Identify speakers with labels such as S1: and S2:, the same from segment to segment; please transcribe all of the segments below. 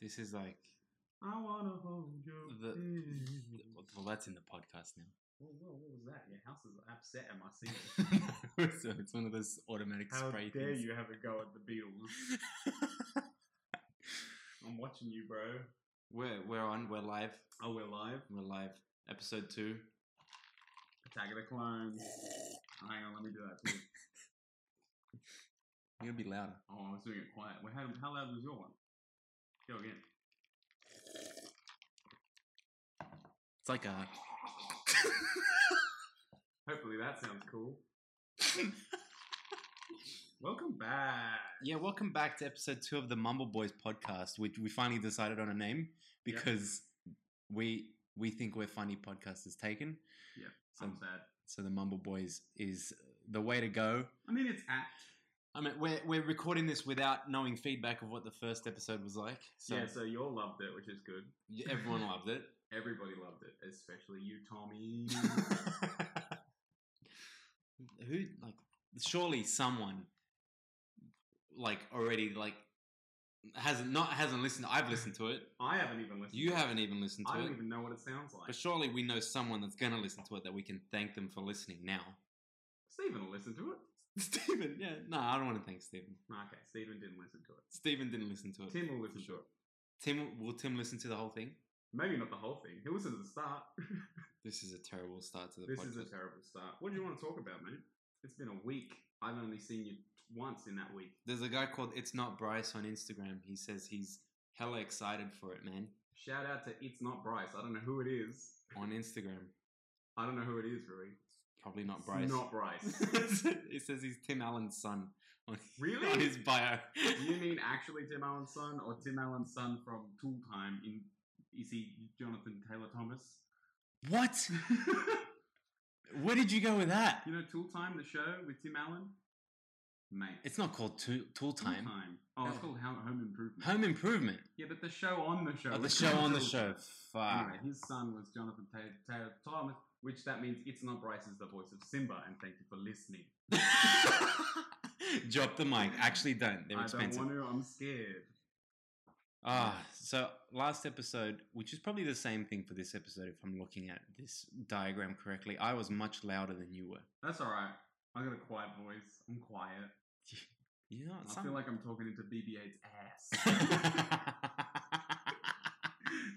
S1: This is like
S2: I wanna hold you.
S1: The-
S2: Mm.
S1: well, that's in the podcast now.
S2: Whoa, whoa, what was that? Your house is upset at my ceiling.
S1: so it's one of those automatic
S2: How
S1: spray
S2: dare
S1: things.
S2: you have a go at the Beatles? I'm watching you, bro.
S1: We're we're on. We're live.
S2: Oh, we're live.
S1: We're live. Episode two.
S2: Attack of the Clones. Oh, Hang on, let me do that too.
S1: You're gonna be louder.
S2: Oh, I was doing it quiet. Well, how, how loud was your one? Go again.
S1: It's like uh, a.
S2: Hopefully that sounds cool. Welcome back.
S1: Yeah, welcome back to episode two of the Mumble Boys podcast. We we finally decided on a name because we we think we're funny. Podcast is taken.
S2: Yeah,
S1: So,
S2: I'm sad.
S1: so the Mumble Boys is the way to go.
S2: I mean, it's apt.
S1: I mean, we're we're recording this without knowing feedback of what the first episode was like. So,
S2: yeah, so you all loved it, which is good.
S1: everyone loved it.
S2: Everybody loved it, especially you, Tommy.
S1: Who like surely someone like already like hasn't not hasn't listened. I've listened to it.
S2: I haven't even listened.
S1: You
S2: to it.
S1: haven't even listened
S2: I
S1: to
S2: don't
S1: it.
S2: even know what it sounds like.
S1: But surely we know someone that's gonna listen to it that we can thank them for listening now.
S2: Stephen will listen to it.
S1: Stephen, yeah, no, I don't want to thank Stephen.
S2: No, Okay, Stephen didn't listen to it.
S1: Stephen didn't listen to it.
S2: Tim will listen to it.
S1: Tim, will Tim listen to the whole thing?
S2: Maybe not the whole thing. He'll listen to the start.
S1: This is a terrible start to the
S2: this
S1: podcast.
S2: is a terrible start. What do you want to talk about, mate? It's been a week. I've only seen you once in that week.
S1: There's a guy called It's Not Bryce on Instagram. He says he's hella excited for it, man,
S2: Shout out to It's Not Bryce. I don't know who it is.
S1: on Instagram.
S2: I don't know who it is, really.
S1: Probably not
S2: It's
S1: Bryce.
S2: Not Bryce.
S1: it says he's Tim Allen's son on, on
S2: really?
S1: his bio.
S2: Do you mean actually Tim Allen's son or Tim Allen's son from Tool Time in is he Jonathan Taylor Thomas?
S1: what?
S2: you
S1: Where did you go with that?
S2: know Tool Time, the show with Tim Allen? Mate.
S1: It's not called Tool, tool
S2: Tool
S1: Time.
S2: Oh, it's
S1: Oh.
S2: called Home Home Improvement.
S1: Home Improvement.
S2: Yeah, but the show on the show.
S1: Oh, the
S2: was
S1: show on the
S2: Tool
S1: show.
S2: Time.
S1: Fuck.
S2: Anyway, his son was Jonathan Ta- Taylor Thomas, which that means it's not Bryce is the voice of Simba, and thank you for listening.
S1: Drop the mic. Actually, don't. They're
S2: I
S1: expensive.
S2: don't want to. I'm scared.
S1: Ah, so last episode, which is probably the same thing for this episode, if I'm looking at this diagram correctly, I was much louder than you were.
S2: That's all right. I got a quiet voice. I'm quiet.
S1: You know, it's
S2: I
S1: some-
S2: feel like I'm talking into BB-8's ass.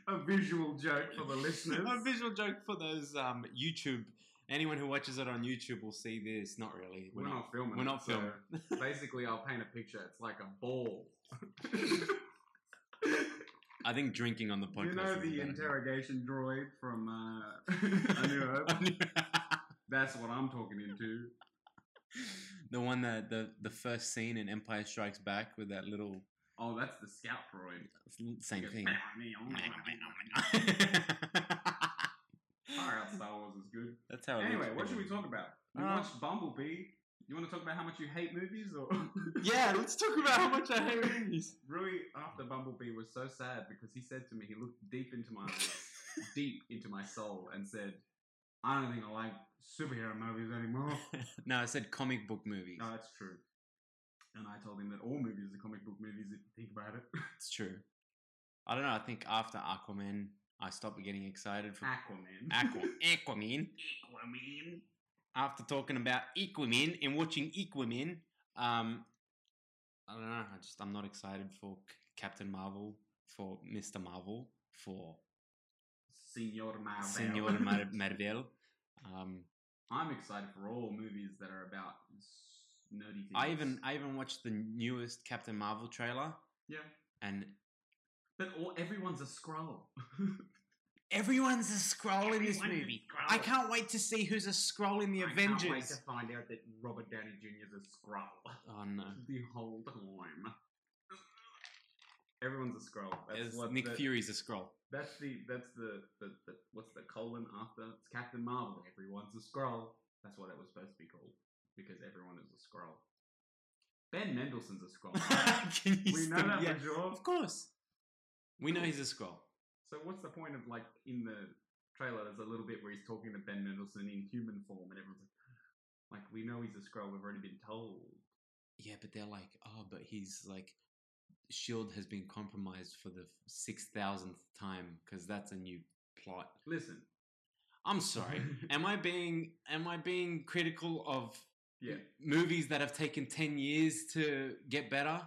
S2: a visual joke for the listeners.
S1: a visual joke for those um, YouTube. Anyone who watches it on YouTube will see this. Not really.
S2: We're not filming.
S1: we're
S2: it,
S1: not
S2: so basically, I'll paint a picture. It's like a ball. you
S1: I think drinking on the podcast.
S2: know
S1: is
S2: the
S1: a better-
S2: interrogation droid from uh, A New Hope? That's what I'm talking into.
S1: the one that the the first scene in Empire Strikes Back with that little
S2: Oh, that's the scout droid.
S1: same
S2: Goes,
S1: thing.
S2: Far out Star Wars is good.
S1: That's how. It
S2: Anyway,
S1: looks
S2: what should
S1: pretty.
S2: we talk about? You
S1: Oh, Uh,
S2: watched Bumblebee. You want to talk about how much you hate movies, or
S1: Yeah, let's talk about how much I hate movies.
S2: Rui after Bumblebee was so sad because he said to me, he looked deep into my deep into my soul and said, "I don't think I like superhero movies anymore."
S1: no, I said comic book movies.
S2: no, that's true. And I told him that all movies are comic book movies if you think about it.
S1: It's true. I don't know. I think after Aquaman, I stopped getting excited for
S2: Aquaman.
S1: Aqua Aquaman.
S2: Aquaman.
S1: After talking about Aquaman and watching Aquaman, um, I don't know. I just I'm not excited for C- Captain Marvel, for Mister Marvel, for
S2: Senor Marvel.
S1: Senor Mar- Marvel. Um,
S2: I'm excited for all movies that are about s- nerdy things.
S1: I even I even watched the newest Captain Marvel trailer,
S2: yeah,
S1: and
S2: but all everyone's a scroll.
S1: everyone's a scroll in this
S2: Everyone's a
S1: movie.
S2: Skrull.
S1: I can't wait to see who's a scroll in the
S2: I can't wait
S1: Avengers.
S2: to find out that Robert Downey Jr. is a scroll
S1: Oh no!
S2: the whole time. Everyone's a scroll. That's
S1: It's-
S2: what
S1: Nick
S2: the,
S1: Fury's a scroll.
S2: That's the that's the, the, the what's the colon after it's Captain Marvel. Everyone's a scroll. That's what it was supposed to be called because everyone is a scroll. Ben Mendelsohn's a scroll.
S1: Can you
S2: we know
S1: still-
S2: that
S1: yeah.
S2: for sure.
S1: Of course. We know he's a scroll.
S2: So what's the point of like in the trailer? There's a little bit where he's talking to Ben Mendelsohn in human form, and everyone's like, like we know he's a scroll. We've already been told.
S1: Yeah, but they're like, oh, but he's like Shield has been compromised for the six thousandth time because that's a new plot.
S2: Listen,
S1: I'm sorry. am I being am I being critical of
S2: yeah,
S1: movies that have taken ten years to get better?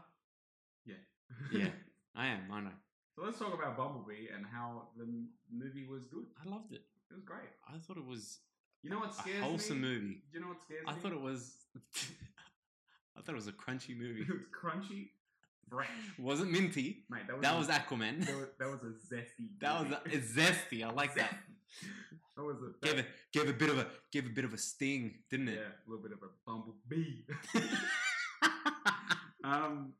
S1: Yeah, I am. I know.
S2: so let's talk about Bumblebee and how the m- movie was good.
S1: I loved it.
S2: It was great.
S1: I thought it was
S2: You know what
S1: a
S2: scares
S1: wholesome
S2: me?
S1: movie.
S2: Do you know what scares
S1: I
S2: me?
S1: thought it was. I thought it was a crunchy movie.
S2: it was crunchy, fresh.
S1: wasn't minty.
S2: Mate, that was
S1: That
S2: a-
S1: was Aquaman.
S2: that was, that was a zesty.
S1: That was
S2: movie.
S1: a, it's zesty. I like that.
S2: that was a that,
S1: Gave it gave a bit of a gave a bit of a sting, didn't
S2: yeah,
S1: it?
S2: a little bit of a bumblebee. um,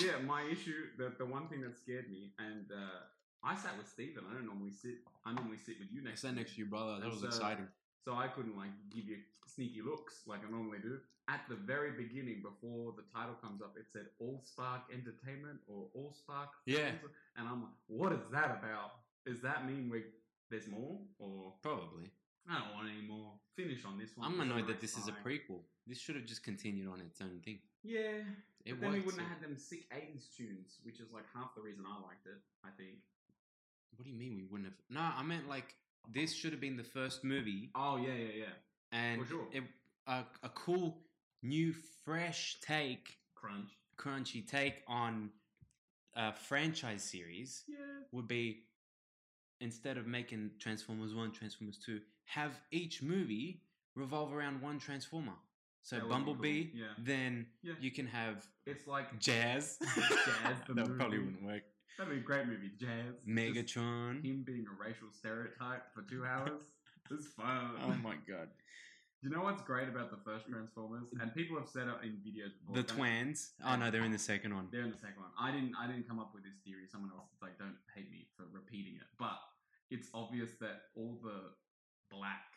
S2: yeah, my issue, the, the one thing that scared me, and uh, I sat with Stephen. I don't normally sit. I normally sit with you
S1: I
S2: next.
S1: sat
S2: me.
S1: next to your brother. That
S2: And
S1: was
S2: so-
S1: exciting.
S2: So I couldn't like give you sneaky looks like I normally do. At the very beginning, before the title comes up, it said All Spark Entertainment or All Spark.
S1: Yeah.
S2: Films," And I'm like, what is that about? Does that mean we there's more? Or
S1: Probably.
S2: I don't want any more. Finish on this one.
S1: I'm
S2: It's
S1: annoyed
S2: alright,
S1: that this is a
S2: fine."
S1: prequel. This should have just continued on its own thing.
S2: Yeah.
S1: It
S2: But then we
S1: worked.
S2: wouldn't have had them sick 80s tunes, which is like half the reason I liked it, I think.
S1: What do you mean we wouldn't have? No, I meant like this should have been the first movie
S2: Oh, yeah, yeah, yeah.
S1: and
S2: For sure.
S1: it, a, a cool new fresh take,
S2: Crunch.
S1: crunchy take on a franchise series
S2: Yeah.
S1: would be instead of making Transformers 1, Transformers 2, have each movie revolve around one Transformer. So
S2: That would be cool,
S1: Bumblebee,
S2: yeah.
S1: then
S2: Yeah.
S1: you can have
S2: It's like,
S1: Jazz.
S2: Jazz, the
S1: that probably
S2: movie.
S1: wouldn't work.
S2: that'd be a great movie, Jazz. Just-
S1: Megatron.
S2: him being a racial stereotype for two hours. It's fun.
S1: Oh my god.
S2: you know what's great about the first Transformers? And people have said it in videos before.
S1: The
S2: don't-
S1: twins. Oh no, they're in the second one.
S2: They're in the second one. I didn't I didn't come up with this theory. Someone else is like, don't hate me for repeating it. But it's obvious that all the black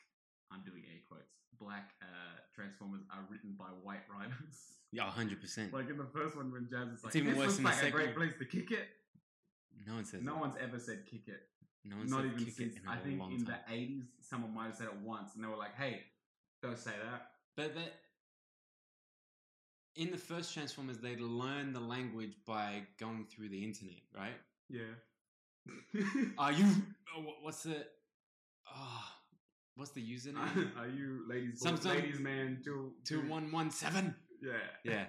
S2: I'm doing air quotes, black uh, Transformers are written by white writers.
S1: Yeah, hundred percent.
S2: like in the first one when Jazz is like,
S1: even
S2: this
S1: worse
S2: looks
S1: in the
S2: like a
S1: second
S2: great place to kick it.
S1: No one says
S2: No
S1: that.
S2: one's ever said kick it.
S1: No one
S2: not
S1: said
S2: even
S1: kick
S2: since
S1: it in a
S2: I think
S1: long
S2: in
S1: time.
S2: the eighties someone might have said it once and they were like, Hey, don't say that.
S1: But that in the first Transformers, they learn the language by going through the internet, right?
S2: Yeah.
S1: Are you? Oh, wha- what's the? Ah, what's the username?
S2: Are you ladies boy,
S1: Sometimes-
S2: ladies man till
S1: Two one one seven.
S2: Yeah.
S1: Yeah.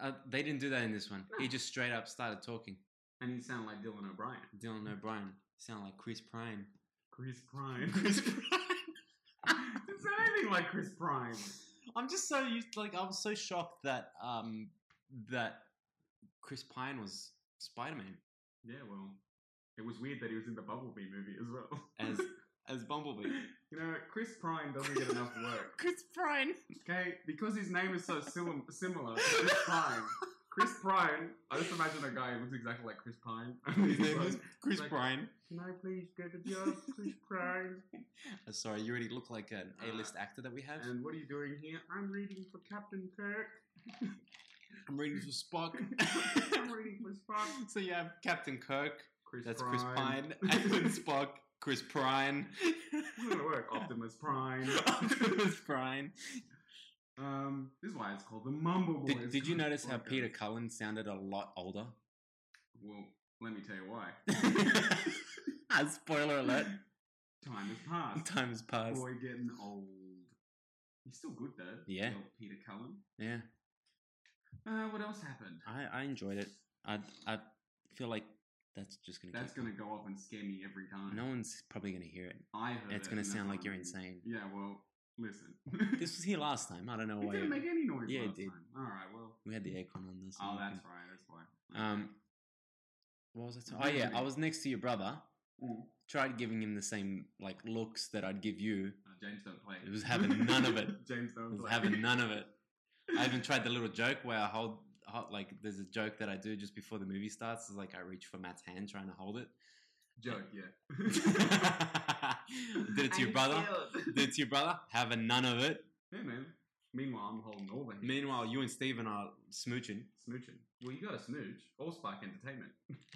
S1: Ah. Uh, they didn't do that in this one. He just straight up started talking.
S2: And you sound like Dylan O'Brien.
S1: Dylan O'Brien sound like Chris Prime.
S2: Chris Prime.
S1: Chris Prime.
S2: Does that anything like Chris Prime?
S1: I'm just so used. Like I was so shocked that um that Chris Pine was Spider Man
S2: Yeah, well. It was weird that he was in the Bumblebee movie as well.
S1: as as Bumblebee.
S2: you know, Chris Prime doesn't get enough work.
S1: Chris Pine.
S2: Okay, because his name is so sim- similar, Chris Prime. Chris Prime. I just imagine a guy who looks exactly like Chris Pine.
S1: His name is Chris
S2: Like-
S1: Pine.
S2: Can I please get a job, Chris Prime?
S1: Uh, sorry, you already look like an A
S2: Uh,
S1: list actor that we have.
S2: And what are you doing here? I'm reading for Captain Kirk.
S1: I'm reading for Spock.
S2: I'm reading for Spock.
S1: so you have Captain Kirk.
S2: Chris
S1: That's Chris Pine. Edwin Spock. Chris Prime.
S2: It's gonna work. Optimus Prime.
S1: Optimus Prime.
S2: um, this is why it's called the Mumble Boys.
S1: Did, did you notice how
S2: podcast.
S1: Peter Cullen sounded a lot older?
S2: Well, let me tell you why.
S1: Ah, Spoiler alert.
S2: Time has passed.
S1: Time has passed.
S2: Boy, getting old. He's still good though.
S1: Yeah.
S2: Little Peter Cullen.
S1: Yeah,
S2: Uh, what else happened?
S1: I, I enjoyed it. I I feel like that's just gonna.
S2: That's
S1: keep
S2: gonna go off and scare me every time.
S1: going. No one's probably gonna hear it.
S2: I heard
S1: It's
S2: it,
S1: gonna
S2: and that's
S1: sound
S2: what
S1: like you're
S2: I'm-
S1: insane.
S2: Yeah. Well, listen.
S1: This was here last time. I don't know
S2: It
S1: why
S2: didn't make any noise.
S1: Yeah, it
S2: last
S1: did.
S2: Time. All right. Well.
S1: we had the acorn on this.
S2: Oh,
S1: and
S2: that's
S1: everything.
S2: right. That's why.
S1: Um, what was I? T- oh yeah, I was next to your brother.
S2: Mm.
S1: Tried giving him the same like looks that I'd give you.
S2: Uh, James don't play.
S1: It was having none of it.
S2: James don't
S1: I was
S2: play.
S1: having none of it. I even tried the little joke where I hold, hold like there's a joke that I do just before the movie starts. It's like I reach for Matt's hand trying to hold it.
S2: joke. Yeah.
S1: did it to your brother. Did it to your brother. Having none of it.
S2: Yeah, man. Meanwhile, I'm holding all the hands.
S1: Meanwhile, you and Steven are smooching.
S2: Smooching. Well, you got to smooch. All Spark Entertainment.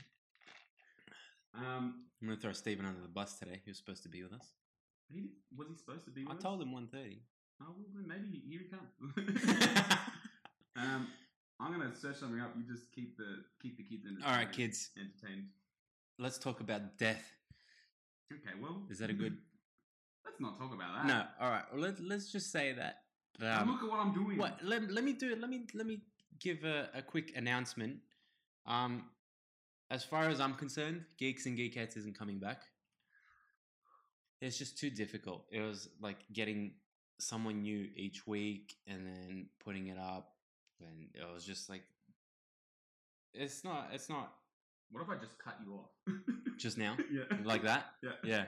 S2: um,
S1: I'm gonna throw Steven under the bus today. He was supposed to be with us.
S2: he, was he supposed to be?
S1: I
S2: with
S1: told
S2: us?
S1: him 1.30.
S2: Oh, well, then maybe he, here he comes. um, I I'm gonna search something up. You just keep the keep the kids entertained.
S1: All right, kids,
S2: Entertained.
S1: let's talk about death.
S2: Okay, well,
S1: Is that a good?
S2: Let's not talk about that.
S1: No. All right. Well, let, let's just say that.
S2: And
S1: Um,
S2: look at what Mm-hmm. I'm doing.
S1: what? Let, let me do it. Let me let me give a, a quick announcement. Um, as far as I'm concerned, Geeks and Geekettes isn't coming back. It's just too difficult. It was like getting someone new each week and then putting it up, and it was just like, it's not. It's not
S2: What if I just cut you off?
S1: just now
S2: yeah.
S1: like that.
S2: Yeah.
S1: Yeah.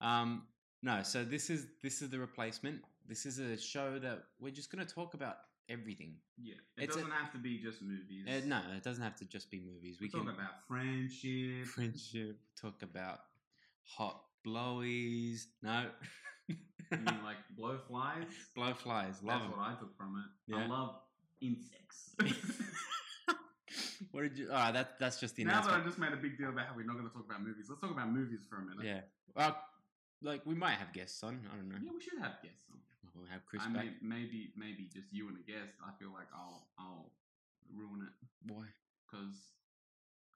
S1: Um, no, so this is this is the replacement. This is a show that we're just going to talk about everything.
S2: Yeah. It
S1: It's a-
S2: doesn't have to be just movies.
S1: Uh, no, it doesn't have to just be movies. We
S2: We talk
S1: can
S2: about friendship.
S1: friendship, talk about hot blowies. No,
S2: I mean, like blowflies.
S1: blowflies. Love
S2: That's
S1: 'em.
S2: what I took from it.
S1: Yeah.
S2: I love insects.
S1: What did you? All right, that that's just the
S2: now that I
S1: announcement.
S2: just made a big deal about how we're not going to talk about movies, let's talk about movies for a minute.
S1: Yeah. Well, like we might have guests on. I don't know.
S2: Yeah, we should have guests. on.
S1: We'll have Chris
S2: I
S1: back.
S2: may, maybe, maybe just you and a guest. I feel like I'll, I'll ruin it
S1: Why?
S2: because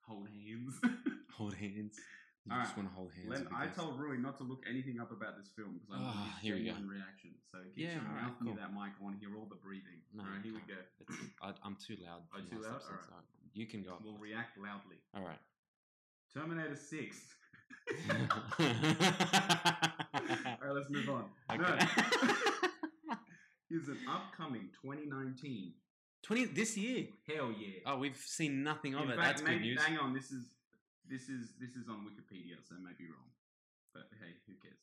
S2: hold hands.
S1: Hold hands. You
S2: All
S1: just
S2: right.
S1: want to hold hands.
S2: Len,
S1: with a
S2: I
S1: guest.
S2: told Rui not to look anything up about this film because I want
S1: Ah,
S2: his
S1: here we go.
S2: genuine reaction. So keep
S1: Yeah,
S2: shouting
S1: all right,
S2: out
S1: cool.
S2: near that mic. I want to hear all the breathing.
S1: No,
S2: all right, here we
S1: can't.
S2: go.
S1: It's, I, I'm too loud.
S2: Oh,
S1: for
S2: too
S1: my
S2: loud?
S1: substance.
S2: Alright.
S1: Alright, You can go. up.
S2: We'll react loudly.
S1: All right.
S2: Terminator Six. all right, let's move on. No.
S1: Okay.
S2: is an upcoming 2019.
S1: Twenty this year.
S2: Hell yeah!
S1: Oh, we've seen nothing of
S2: In
S1: it.
S2: fact,
S1: That's good
S2: maybe-
S1: news.
S2: Hang on, this is this is this is on Wikipedia, so I may be wrong, but hey, who cares?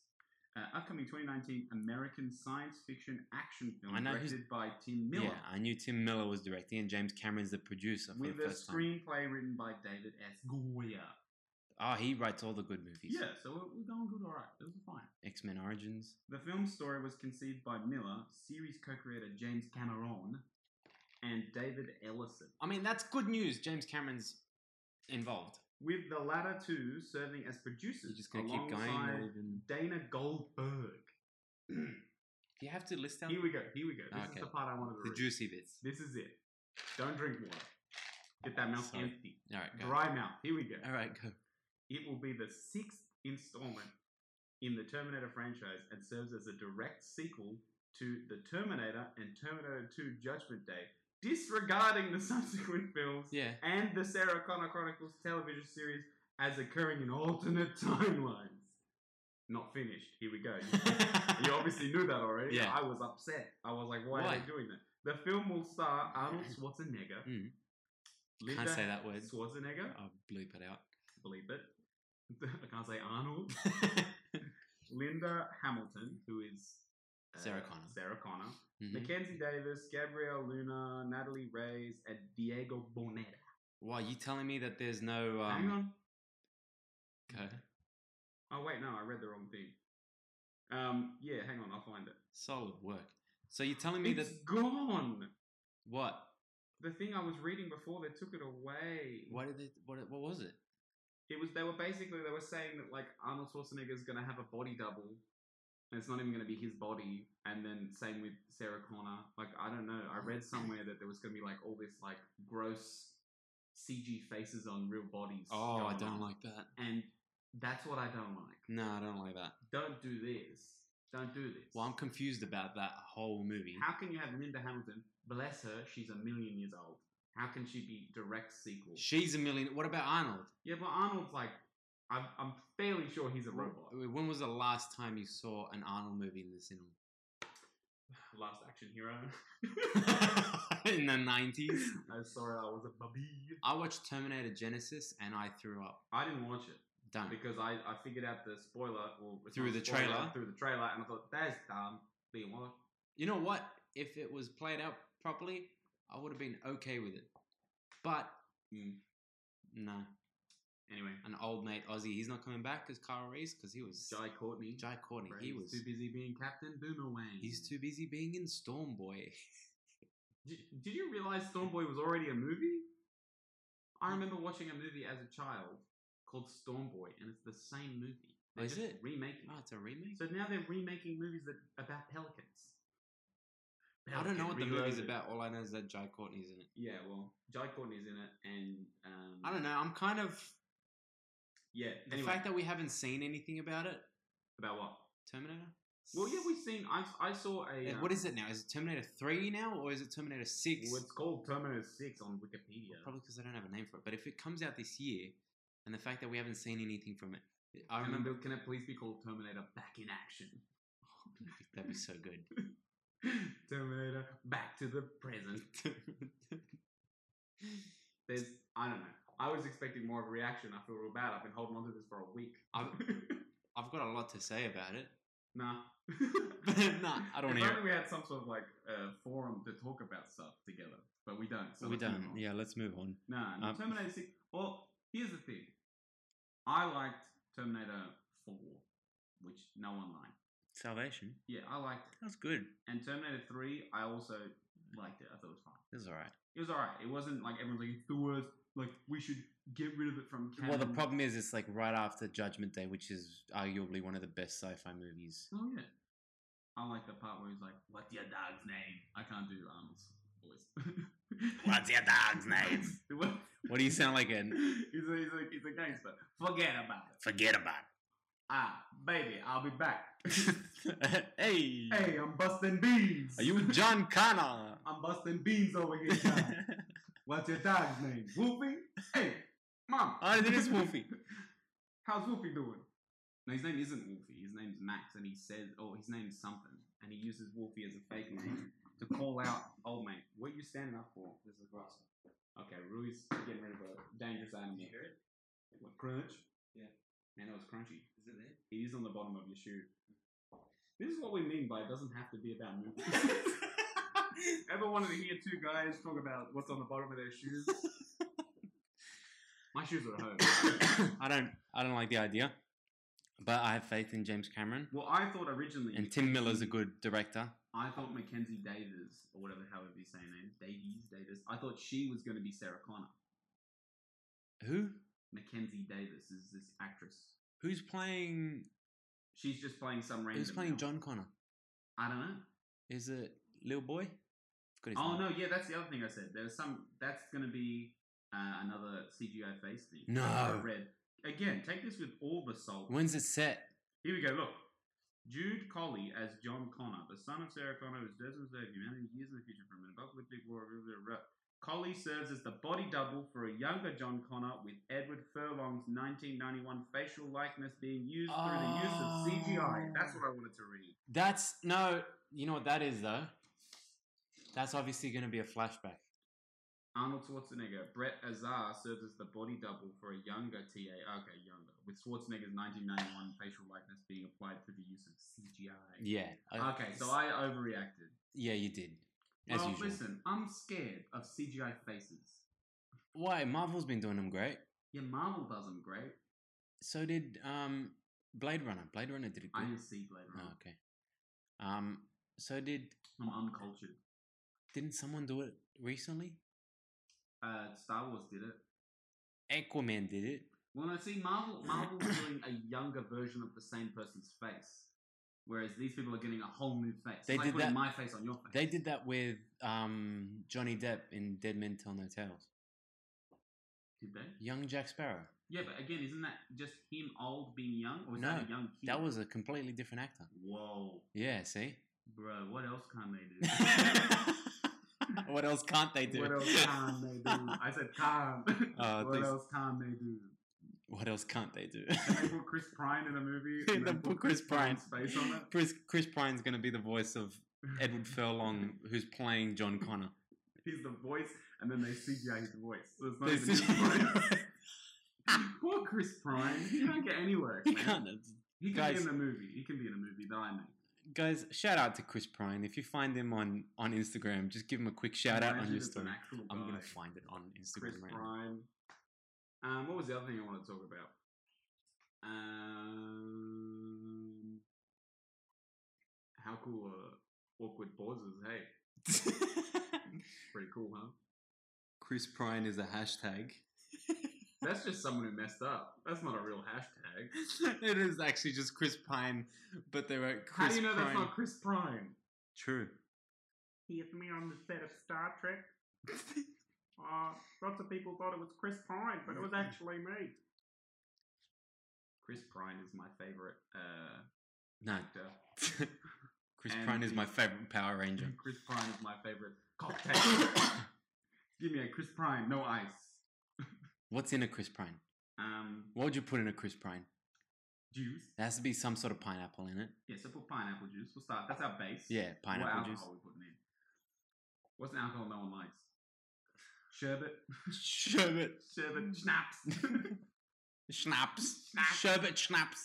S2: Uh, upcoming 2019 American science fiction action film
S1: I know who's-
S2: directed by Tim Miller,
S1: Yeah, I knew Tim Miller was directing, and James Cameron's the producer for
S2: with
S1: the
S2: a
S1: first time.
S2: screenplay written by David S. Goya.
S1: Oh, he writes all the good movies.
S2: Yeah, so we're, we're going good, all right. This is fine.
S1: X Men Origins.
S2: The film's story was conceived by Miller, series co-creator James Cameron, and David Ellison.
S1: I mean, that's good news. James Cameron's involved.
S2: with the latter two serving as producers.
S1: You're just gonna keep going.
S2: alongside
S1: or even-
S2: Dana Goldberg. Here
S1: Do you have to list out
S2: we go. Here we go. This
S1: Okay.
S2: is the part I wanted to
S1: the
S2: read.
S1: juicy bits?
S2: This is it. Don't drink water. Get that mouth
S1: Sorry.
S2: empty.
S1: All right, go.
S2: Dry mouth. Here we go.
S1: All right, go.
S2: It will be the sixth installment in the Terminator franchise and serves as a direct sequel to The Terminator and Terminator 2 Judgment Day, disregarding the subsequent films
S1: Yeah.
S2: and the Sarah Connor Chronicles television series as occurring in alternate timelines. Not finished. Here we go. You obviously knew that already.
S1: Yeah.
S2: I was upset. I was like, why, are
S1: Why?
S2: they doing that? The film will star Arnold Schwarzenegger,
S1: Mm.
S2: Linda
S1: Can't say that word.
S2: Schwarzenegger,
S1: I'll bleep it out.
S2: believe it. I can't say Arnold. Linda Hamilton, who is uh,
S1: Sarah Connor.
S2: Sarah Connor,
S1: Mhm.
S2: Mackenzie Davis, Gabrielle Luna, Natalie Reyes, and Diego Boneta.
S1: Why you telling me that there's no? Um,
S2: Hang on.
S1: Okay.
S2: Oh wait, no, I read the wrong thing. Um, yeah, hang on, I'll find it.
S1: Solid work. So you're telling me
S2: It's
S1: that
S2: gone.
S1: what?
S2: The thing I was reading before they took it away.
S1: What did it? What? What was it?
S2: It was they were basically they were saying that like Arnold Schwarzenegger's gonna have a body double, and it's not even gonna be his body. And then same with Sarah Connor. Like I don't know. I read somewhere that there was gonna be like all this like gross CG faces on real bodies.
S1: Oh, I
S2: going
S1: don't
S2: on.
S1: like that.
S2: And that's what I don't like.
S1: No, I don't like that.
S2: Don't do this. Don't do this.
S1: Well, I'm confused about that whole movie.
S2: How can you have Linda Hamilton? Bless her, she's a million years old. How can she be direct sequel?
S1: She's a million. What about Arnold?
S2: Yeah, but Arnold's like, I'm, I'm fairly sure he's a robot.
S1: When was the last time you saw an Arnold movie in the cinema? uh,
S2: Last action hero.
S1: in the 90s?
S2: I saw it. Uh, I was a baby.
S1: I watched Terminator Genesis and I threw up.
S2: I didn't watch it
S1: Done.
S2: because I, I figured out the spoiler or it's
S1: Through
S2: not a
S1: the
S2: spoiler,
S1: trailer?
S2: through the trailer, and I thought that's dumb. But you know what?
S1: You know what? If it was played out properly, I would have been okay with it. But, Hmm.
S2: Mm.
S1: no.
S2: Anyway,
S1: An old mate Aussie, he's not coming back as Kyle Reese because he was.
S2: Jai Courtney.
S1: Jai Courtney.
S2: Right,
S1: He
S2: he's
S1: was.
S2: too busy being Captain Boomerang.
S1: He's too busy being in Storm Boy.
S2: Did, did you realize Stormboy was already a movie? I remember watching a movie as a child called Stormboy, and it's the same movie. They're
S1: Is
S2: just
S1: it?
S2: remaking?
S1: Oh,
S2: it.
S1: it's a remake?
S2: So now they're remaking movies that about pelicans.
S1: I don't know what the movie's
S2: Reloaded.
S1: about. All I know is that Jai Courtney's in it.
S2: Yeah, well, Jai Courtney's in it, and um,
S1: I don't know. I'm kind of
S2: Yeah,
S1: the
S2: anyway,
S1: fact that we haven't seen anything about it.
S2: about what?
S1: Terminator.
S2: Well, yeah, we've seen. I, I saw
S1: Uh,
S2: a. um,
S1: What is it now? Is it Terminator Three now, or is it Terminator Six?
S2: Well, it's called Terminator Six on Wikipedia.
S1: Probably because I don't have a name for it. But if it comes out this year, and the fact that we haven't seen anything from it, I
S2: I
S1: remember
S2: remember. Can it please be called Terminator Back in Action?
S1: that'd be so good.
S2: Terminator Back to the Present. There's. I don't know. I was expecting more of a reaction. I feel real bad. I've been holding on to this for a week.
S1: I'm- I've got a lot to say about it.
S2: nah.
S1: Nah, I don't
S2: If
S1: hear
S2: only we had some sort of like uh, forum to talk about stuff together, but we don't. So
S1: we
S2: let's
S1: done.
S2: move on.
S1: Yeah, let's move on.
S2: Nah,
S1: Um,
S2: Terminator 6. Well, here's the thing. I liked Terminator 4, which no one liked.
S1: Salvation.
S2: Yeah, I liked it.
S1: That was good.
S2: And Terminator 3, I also liked it. I thought it was fine.
S1: It was all right.
S2: It was alright. It wasn't like everyone's like, it's the worst. Like, we should get rid of it from canon.
S1: Well, the problem is, it's like right after Judgment Day, which is arguably one of the best sci-fi movies.
S2: Oh, yeah. I like the part where he's like, what's your dog's name? I can't do Arnold's voice.
S1: What's your dog's name?
S2: What-
S1: What do you sound like? An
S2: he's, a, he's, a, he's a gangster. Forget about it.
S1: forget about.
S2: Ah, baby, I'll be back.
S1: it. hey,
S2: Hey, I'm busting beans.
S1: are you John Connor?
S2: I'm busting beans over here, John. What's your dog's name? Wolfie? Hey, mom.
S1: Oh, it is Wolfie.
S2: How's Wolfie doing? No, his name isn't Wolfie. His name's Max, and he says, oh, his name's something, and he uses Wolfie as a fake name to call out, old mate, what you standing up for? This is grass. Okay, Rui's getting rid of a dangerous animal. You hear it? What, crunch? Yeah. Man, that was crunchy. Is it there? It is on the bottom of your shoe. This is what we mean by it doesn't have to be about movies. Ever wanted to hear two guys talk about what's on the bottom of their shoes? My shoes are at home.
S1: I don't. I don't like the idea, but I have faith in James Cameron
S2: Well, I thought originally,
S1: and Tim Miller's a good director.
S2: I thought Mackenzie Davis or whatever, however you say her name, Davies, Davis. I thought she was going to be Sarah Connor.
S1: Who?
S2: Mackenzie Davis is this actress.
S1: Who's playing?
S2: She's just playing some random.
S1: Who's playing
S2: now.
S1: John Connor?
S2: I don't know.
S1: Is it Lil Boy? Forgot his
S2: Oh
S1: name.
S2: no, yeah, that's the other thing I said. There's some. That's going to be uh, another CGI face thing.
S1: No.
S2: I read again. Take this with all the salt.
S1: When's it set?
S2: Here we go. Look, Jude Colley as John Connor, the son of Sarah Connor, who serves to save humanity years in the future from an apocalyptic war. blah, blah, blah. Colley serves as the body double for a younger John Connor, with Edward Furlong's 1991 facial likeness being used through the use of CGI. That's what I wanted to read.
S1: That's no. You know what that is though. That's obviously going to be a flashback.
S2: Arnold Schwarzenegger, Brett Azar serves as the body double for a younger TA. Okay, younger. With Schwarzenegger's 1991 facial likeness being applied through the use of CGI.
S1: Yeah. I-
S2: Okay, so I overreacted.
S1: Yeah, you did. As
S2: Well,
S1: usual.
S2: listen, I'm scared of CGI faces.
S1: Why? Marvel's been doing them great.
S2: Yeah, Marvel does them great.
S1: So did um, Blade Runner. Blade Runner did it
S2: I
S1: good.
S2: didn't see Blade
S1: Oh,
S2: Runner.
S1: okay. Um. So did
S2: I'm uncultured.
S1: didn't someone do it recently?
S2: Uh, Star Wars did it.
S1: Aquaman did it.
S2: Well, no, see, Marvel Marvel's doing a younger version of the same person's face, whereas these people are getting a whole new face.
S1: They
S2: like
S1: did
S2: putting
S1: that-
S2: my face on your face.
S1: They did that with um, Johnny Depp in Dead Men Tell No Tales.
S2: Did they?
S1: Young Jack Sparrow.
S2: Yeah, but again, isn't that just him old being young, or is
S1: No,
S2: that a young kid?
S1: That was a completely different actor.
S2: Whoa,
S1: Yeah. See.
S2: bro! What else can they do?
S1: what else can't they do?
S2: What else can they do? I said time.
S1: Oh,
S2: what
S1: thanks.
S2: else can they do?
S1: What else can't they do?
S2: Can they put Chris Pine in a movie?
S1: They
S2: and then
S1: put Chris Pine.
S2: Prine's face on it.
S1: Chris Chris Pine's going to be the voice of Edward Furlong, who's playing John Connor.
S2: He's the voice, and then they CGI his voice. So it's not
S1: They
S2: even his
S1: CGI
S2: voice. Poor Chris Pine. He don't get anywhere.
S1: He
S2: man.
S1: can't.
S2: He can
S1: Guys.
S2: be in a movie. He can be in a movie that I make.
S1: Guys, shout out to Chris Pine. If you find him on on Instagram, just give him a quick shout out on
S2: Imagine
S1: your
S2: it's an
S1: story.
S2: actual
S1: I'm
S2: guy.
S1: gonna find it on
S2: Chris
S1: Instagram right now.
S2: Pine. Um, what was the other thing I wanted to talk about? Um, how cool are awkward pauses? Hey, pretty cool, huh?
S1: Chris Pine is a hashtag.
S2: That's just someone who messed up. That's not a real hashtag.
S1: it is actually just Chris Pine, but they wrote Chris
S2: How do you know
S1: Pine.
S2: that's not Chris Prime?
S1: True.
S3: Here's me on the set of Star Trek. Uh, lots of people thought it was Chris Pine, but it was actually me.
S2: Chris Pine is my favorite uh,
S1: No,
S2: actor.
S1: Chris
S2: And
S1: Pine is my
S2: the-
S1: favorite Power Ranger.
S2: Chris Pine is my favorite cocktail. Give me a Chris Pine, no ice.
S1: What's in a Chris Prine?
S2: Um,
S1: What would you put in a Chris Prine?
S2: juice.
S1: There has to be some sort of pineapple in it.
S2: Yeah, so put pineapple juice. We'll start. That's our base.
S1: Yeah,
S2: what
S1: pineapple
S2: alcohol we putting in? What's an alcohol no one likes? Sherbet,
S1: juice. Sherbet.
S2: sherbet, schnapps,
S1: Schnapps.
S2: Schnapps.
S1: Sherbet schnapps.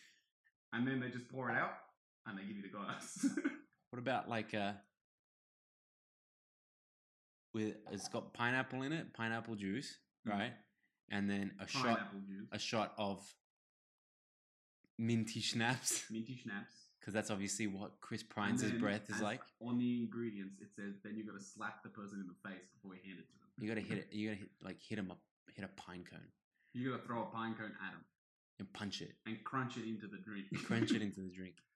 S2: and then they just pour it out and they give you the glass.
S1: What about like uh with it's got pineapple in it, pineapple juice,
S2: Mm.
S1: right? And then a shot
S2: pineapple juice,
S1: a shot of minty schnapps
S2: minty schnapps.
S1: because that's obviously what Chris
S2: and
S1: Prine's
S2: then
S1: breath is
S2: as-
S1: like.
S2: On the ingredients, it says then you got to slap the person in the face before you hand it to them.
S1: You gotta hit it. You gotta hit, like hit him up, hit a pine cone
S2: You got to throw a pine cone at them
S1: and punch it,
S2: and crunch it into the drink.
S1: crunch it into the drink.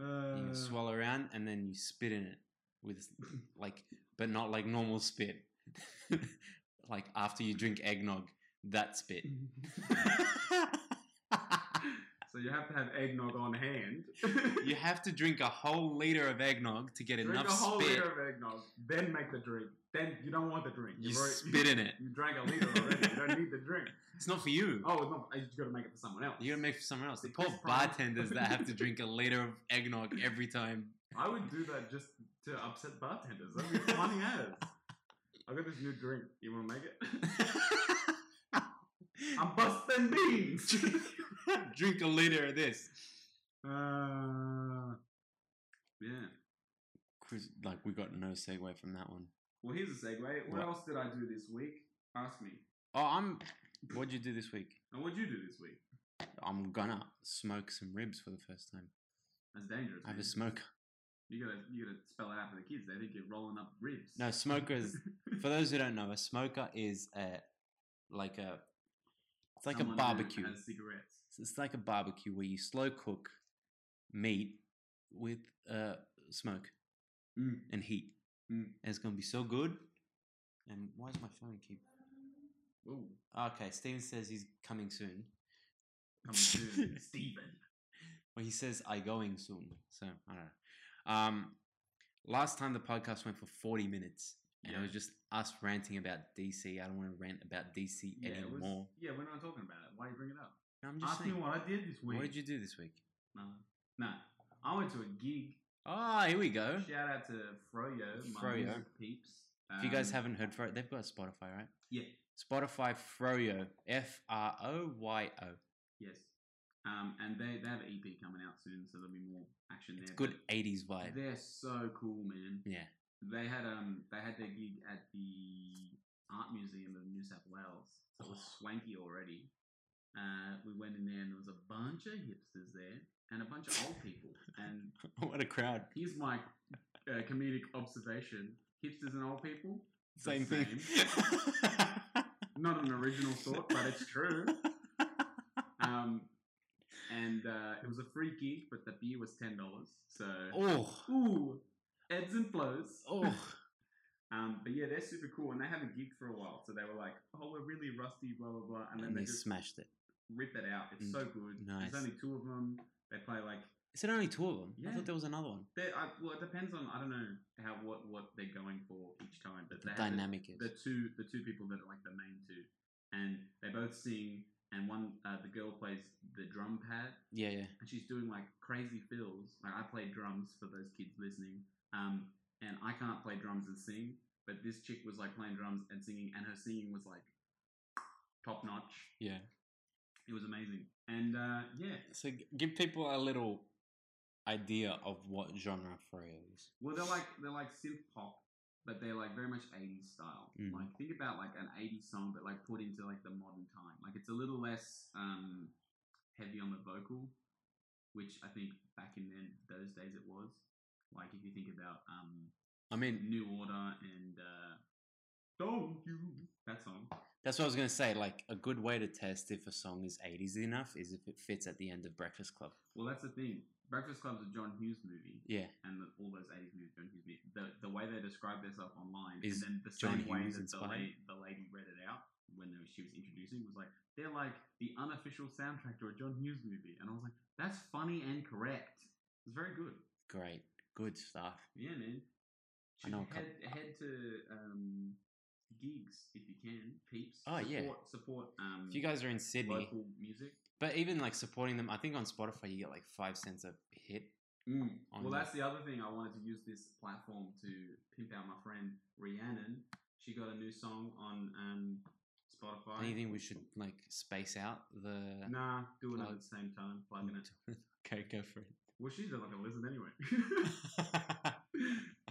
S2: Uh,
S1: you swallow around and then you spit in it with like but not like normal spit like after you drink eggnog that spit
S2: so you have to have eggnog on hand.
S1: you have to drink a whole liter of eggnog to get
S2: drink
S1: enough
S2: a whole
S1: spit
S2: liter of eggnog, then make the drink. Then you don't want the drink.
S1: you
S2: You've already-
S1: spit in it
S2: You drank a liter already. you don't need the drink.
S1: it's not for you
S2: Oh, no, I just got to make it for someone else.
S1: you're gonna make it for someone else the
S2: It's
S1: poor
S2: Chris Pine.
S1: bartenders that have to drink a liter of eggnog every time
S2: I would do that just to upset bartenders. That'd be funny as. I got this new drink. You want to make it? I'm busting beans.
S1: drink a liter of this
S2: uh, yeah.
S1: Chris, like we got no segue from that one
S2: Well, here's a segue. What,
S1: What?
S2: else did I do this week? Ask me.
S1: Oh, I'm. What'd you do this week?
S2: And what'd you do this week?
S1: I'm gonna smoke some ribs for the first time.
S2: That's dangerous.
S1: I have a
S2: man.
S1: smoker.
S2: You gotta, you gotta spell it out for the kids. They think you're rolling up ribs.
S1: No, smoker is. For those who don't know, a smoker is a like a. It's like
S2: Someone
S1: a
S2: who
S1: barbecue.
S2: Has cigarettes.
S1: It's- It's like a barbecue where you slow cook meat with uh, smoke
S2: Mm.
S1: and heat.
S2: Mm.
S1: And it's gonna be so good. And why does my phone keep?
S2: Ooh,
S1: Okay, Steven says he's coming soon.
S2: coming soon, Stephen.
S1: Well, he says I going soon, so I don't know. Um, last time the podcast went for forty minutes, and
S2: Yeah.
S1: it was just us ranting about DC. I don't want to rant about DC
S2: Yeah, it was-
S1: anymore.
S2: yeah, we're not talking about it. Why you bring it up?
S1: No, I'm just
S2: Ask
S1: saying.
S2: me
S1: What,
S2: what I did this week.
S1: did you do this week?
S2: No, no. I went to a gig.
S1: Ah, here we go.
S2: Shout out to Froyo, my
S1: Froyo.
S2: music peeps.
S1: if you guys
S2: Um,
S1: haven't heard for it, they've got Spotify, right?
S2: yeah,
S1: Spotify Froyo, F R O Y O.
S2: yes. Um, and they they have an EP coming out soon, so there'll be more action there.
S1: It's good
S2: but
S1: '80s vibe.
S2: They're so cool, man.
S1: Yeah.
S2: They had um they had their gig at the art museum of New South Wales. So it was
S1: Oh.
S2: swanky already. Uh, we went in there and there was a bunch of hipsters there and a bunch of old people. And
S1: what a crowd!
S2: here's my uh, comedic observation: hipsters and old people, The
S1: Same, thing.
S2: not an original thought, but it's true. Um, and uh, it was a free gig, but the beer was ten dollars. So
S1: oh,
S2: ooh, ebbs and flows.
S1: oh.
S2: Um, but yeah, they're super cool, and they haven't gigged for a while, so they were like, "Oh, we're really rusty, blah blah blah," and then
S1: and
S2: they
S1: they
S2: just
S1: smashed it.
S2: rip that out. It's
S1: Mm,
S2: so good.
S1: nice.
S2: There's only two of them. They play like,
S1: Is it only two of them? I
S2: Yeah.
S1: thought there was another one.
S2: they I, well, it depends on I don't know how what what they're going for each time, but
S1: The
S2: they have
S1: dynamic
S2: the,
S1: is.
S2: the two the two people that are like the main two, and they both sing, and one uh, the girl plays the drum pad,
S1: yeah, yeah.
S2: and she's doing like crazy fills. Like I play drums for those kids listening, um, and I can't play drums and sing, but this chick was like playing drums and singing, and her singing was like top notch.
S1: Yeah.
S2: It was amazing, and uh, yeah,
S1: So g- give people a little idea of what genre Froyo is.
S2: well they're like they're like synth pop, but they're like very much '80s style.
S1: Mm.
S2: Like think about like an '80s song, but like put into like the modern time. Like it's a little less um, heavy on the vocal, which I think back in then those days it was. Like if you think about um,
S1: I mean,
S2: New Order and uh, Don't You that song.
S1: that's what I was going to say. Like, a good way to test if a song is 80s enough is if it fits at the end of Breakfast Club.
S2: Well, that's the thing. Breakfast Club's a John Hughes movie,
S1: Yeah,
S2: and the, all those eighties movies, John Hughes movies. The the way they describe themselves online
S1: Is
S2: and then the
S1: John
S2: same way
S1: Hughes
S2: that the, la-
S1: inspired?
S2: the lady read it out when they- she was introducing was like they're like the unofficial soundtrack to a John Hughes movie, and I was like, that's funny and correct. It's very good.
S1: great, good stuff.
S2: Yeah, man.
S1: I know a
S2: Should head, head to um, gigs if you can, peeps.
S1: Oh,
S2: support,
S1: yeah.
S2: Support um,
S1: If you guys are in Sydney,
S2: local music.
S1: but even like supporting them, I think on Spotify you get like five cents a hit. on
S2: Mm. Well,
S1: the-
S2: that's the other thing. I wanted to use this platform to pimp out my friend Rhiannon. She got a new song on um, Spotify.
S1: Anything we should like space out the.
S2: Nah, do it at
S1: Plug.
S2: the same time, plugging
S1: Mm.
S2: it.
S1: okay, go for it.
S2: Well, she's not going to listen anyway.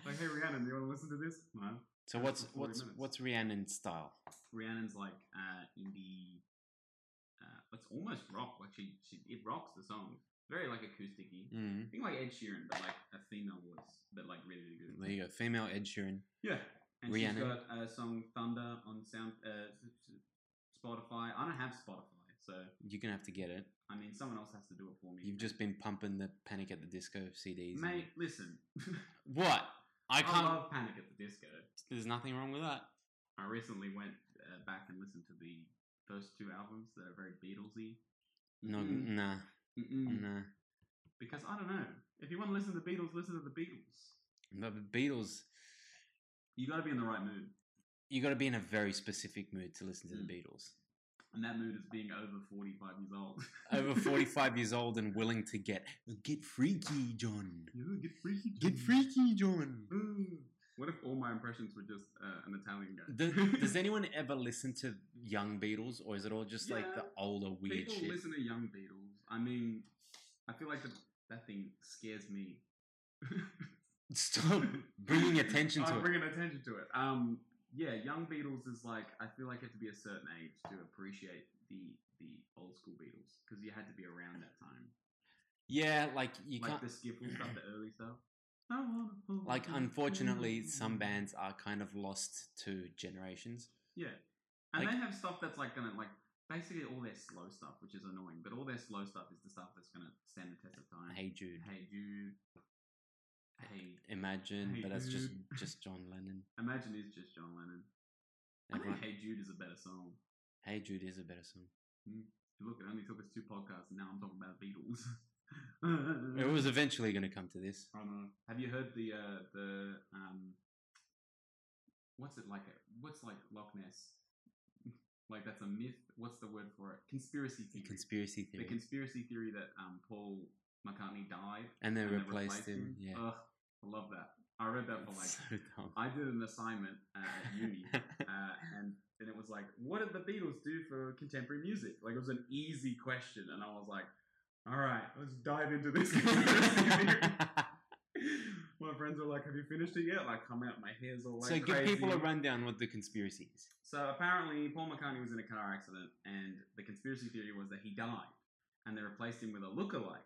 S2: like, hey, Rhiannon, do you want to listen to this? No.
S1: so what's
S2: Forty
S1: what's
S2: minutes.
S1: what's Rhiannon's style?
S2: Rhiannon's like uh, indie. Uh, it's almost rock. Like she, she, it rocks the song. Very like acousticy.
S1: Mm.
S2: I think like Ed Sheeran, but like a female voice, but like really good.
S1: There you go, female Ed Sheeran.
S2: Yeah. And she's
S1: Rhiannon.
S2: got a song Thunder on Sound uh, s- s- Spotify. I don't have Spotify, so
S1: You're gonna have to get it.
S2: I mean someone else has to do it for me.
S1: You've just been pumping the Panic at the Disco CDs. and-
S2: Mate, listen.
S1: what? I
S2: I,
S1: can't.
S2: love Panic at the Disco.
S1: There's nothing wrong with that.
S2: I recently went uh, back and listened to the first two albums that are very Beatlesy.
S1: No,
S2: Mm-mm.
S1: nah,
S2: Mm-mm.
S1: nah.
S2: Because I don't know. If you want to listen to the Beatles, listen to the Beatles.
S1: The Beatles.
S2: You got to be in the right mood,
S1: You got to be in a very specific mood to listen to
S2: Mm.
S1: the Beatles.
S2: and that mood is being over forty-five years old.
S1: Over 45 years old and willing to get get freaky, John.
S2: Yeah, get freaky.
S1: Get
S2: John.
S1: freaky, John.
S2: Ooh. What if all my impressions were just uh, an Italian guy?
S1: Does, does anyone ever listen to young Beatles, or is it all just like the
S2: Yeah.
S1: older weird
S2: People
S1: shit?
S2: listen to young Beatles. I mean, I feel like the, that thing scares me.
S1: Stop bringing attention to
S2: I'm
S1: it.
S2: bringing attention to it. Um, yeah, young Beatles is like I feel like you have to be a certain age to appreciate the the old school Beatles because you had to be around that time.
S1: yeah, like you
S2: like
S1: can't.
S2: the Skiffle stuff, the early stuff. I wanna hold
S1: like
S2: you
S1: unfortunately,
S2: tight.
S1: some bands are kind of lost to generations.
S2: Yeah, and
S1: Like-
S2: they have stuff that's like gonna like basically all their slow stuff, which is annoying. But all their slow stuff is the stuff that's gonna stand the test of time.
S1: Hey Jude,
S2: hey Jude, hey.
S1: Imagine,
S2: Hey
S1: but that's just
S2: Jude.
S1: just John Lennon.
S2: Imagine it's just John Lennon. I
S1: Everyone,
S2: think
S1: hey,
S2: Hey Jude is a better song.
S1: Jude is a better song.
S2: Look, it only took us two podcasts, and now I'm talking about Beatles.
S1: It was eventually going to come to this.
S2: I don't know. Have you heard the uh, the um, what's it like? What's like Loch Ness? like that's a myth. What's the word for it? Conspiracy
S1: The
S2: theory.
S1: conspiracy
S2: the
S1: theory,
S2: conspiracy theory that um, Paul McCartney died
S1: and they
S2: and they
S1: replaced him. Oh, Yeah,
S2: Ugh, I love that. I read that for like
S1: so dumb.
S2: I did an assignment uh, at uni, uh, and and it was like, what did the Beatles do for contemporary music? Like it was an easy question, and I was like, all right, let's dive into this. conspiracy theory." my friends were like, have you finished it yet? Like, come out, my hair's all like
S1: so give
S2: crazy.
S1: people a rundown what the conspiracy is.
S2: So apparently, Paul McCartney was in a car accident, and the conspiracy theory was that he died, and they replaced him with a lookalike.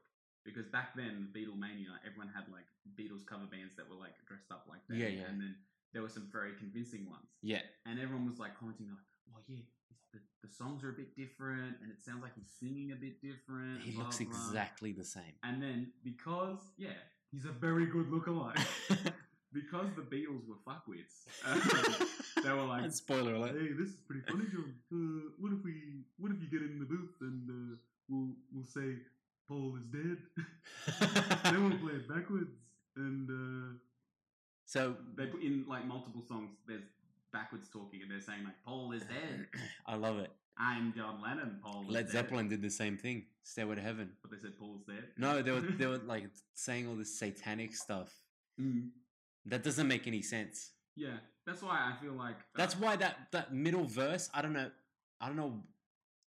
S2: Because back then, Beatlemania, everyone had like Beatles cover bands that were like dressed up like that.
S1: Yeah, yeah.
S2: And then there were some very convincing ones,
S1: Yeah,
S2: and everyone was like commenting like, "Well, yeah, it's- the, the songs are a bit different, and it sounds like he's singing a bit different."
S1: he
S2: blah,
S1: looks
S2: blah."
S1: exactly the same.
S2: And then because yeah, he's a very good lookalike. because the Beatles were fuckwits, uh, they were like,
S1: Spoiler alert.
S2: Hey, this is pretty funny, John. Uh, what if we, what if you get in the booth and uh, we'll we'll say Paul is dead? then we'll play it backwards, and uh,
S1: so
S2: they put in like multiple songs. There's backwards talking, and they're saying like Paul is dead.
S1: I love it.
S2: I'm John Lennon. Paul. is
S1: Led
S2: dead."
S1: Zeppelin did the same thing. Stairway to Heaven.
S2: But they said Paul's dead.
S1: No, they were they were like saying all this satanic stuff
S2: Mm,
S1: that doesn't make any sense.
S2: yeah, that's why I feel like uh,
S1: That's why that that middle verse. I don't know. I don't know.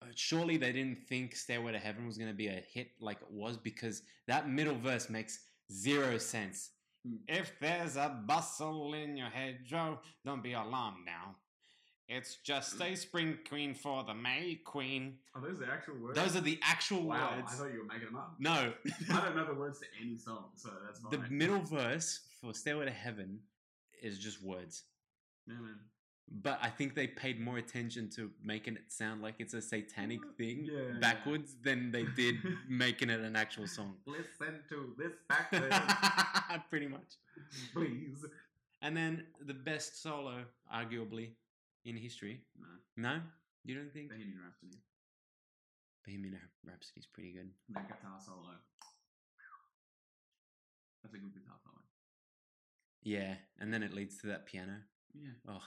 S1: uh, Surely they didn't think Stairway to Heaven was going to be a hit like it was because that middle verse makes zero sense.
S2: Hmm.
S1: If there's a bustle in your head, Joe, don't be alarmed now. It's
S2: Hmm.
S1: just a spring queen for the May Queen.
S2: Are those the actual words?
S1: Those are the actual
S2: wow,
S1: words.
S2: I thought you were making them up.
S1: no,
S2: I don't know the words to any song, so that's fine.
S1: the middle verse for Stairway to Heaven is just words.
S2: Yeah, man.
S1: But I think they paid more attention to making it sound like it's a satanic thing
S2: Mm, Yeah, yeah.
S1: backwards than they did making it an actual song.
S2: Listen to this backwards,
S1: Pretty much.
S2: please.
S1: And then the best solo, arguably, in history.
S2: No,
S1: No? You don't think?
S2: Bohemian Rhapsody.
S1: Bohemian Rhapsody's pretty good.
S2: That guitar solo. That's a good guitar solo.
S1: Yeah. And then it leads to that piano.
S2: Yeah.
S1: Oh,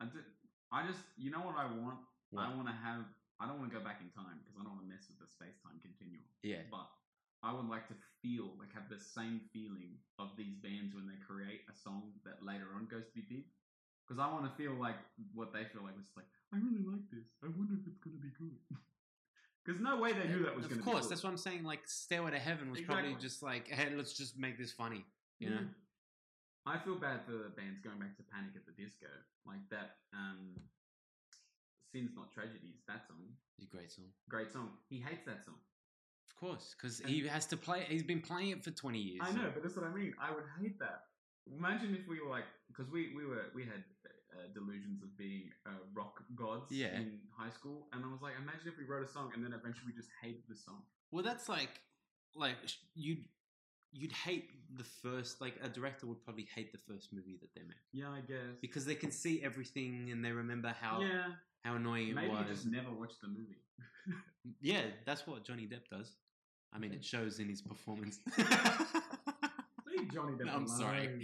S2: I, d- I just, you know what I want?
S1: What?
S2: I want to have, I don't want to go back in time because I don't want to mess with the space time continuum.
S1: yeah.
S2: But I would like to feel, like, have the same feeling of these bands when they create a song that later on goes to be big. Because I want to feel like what they feel like, which is like, I really like this. I wonder if it's going to be good. Because no way they knew that was
S1: of
S2: going to be
S1: course,
S2: good.
S1: that's what I'm saying. Like, Stairway to Heaven was probably
S2: Exactly. Mm.
S1: just like, hey, let's just make this funny. You know?
S2: Mm-hmm. I feel bad for the bands going back to Panic at the Disco, like that. Um, Sins not tragedies. That song,
S1: It's a great song.
S2: great song. He hates that song.
S1: Of course, because he has to play. He's been playing it for 20 years.
S2: I know, but that's what I mean. I would hate that. Imagine if we were like, because we we were we had uh, delusions of being uh, rock gods
S1: Yeah.
S2: in high school, and I was like, imagine if we wrote a song and then eventually we just hated the song.
S1: Well, that's like, like sh- you'd you'd hate the first. Like a director would probably hate the first movie that they make
S2: Yeah, I guess.
S1: because they can see everything and they remember how
S2: yeah,
S1: how annoying it
S2: maybe you
S1: was.
S2: just never watched the movie.
S1: Yeah, that's what Johnny Depp does. I mean, it shows in his performance.
S2: Leave Johnny Depp
S1: I'm sorry,
S2: alone.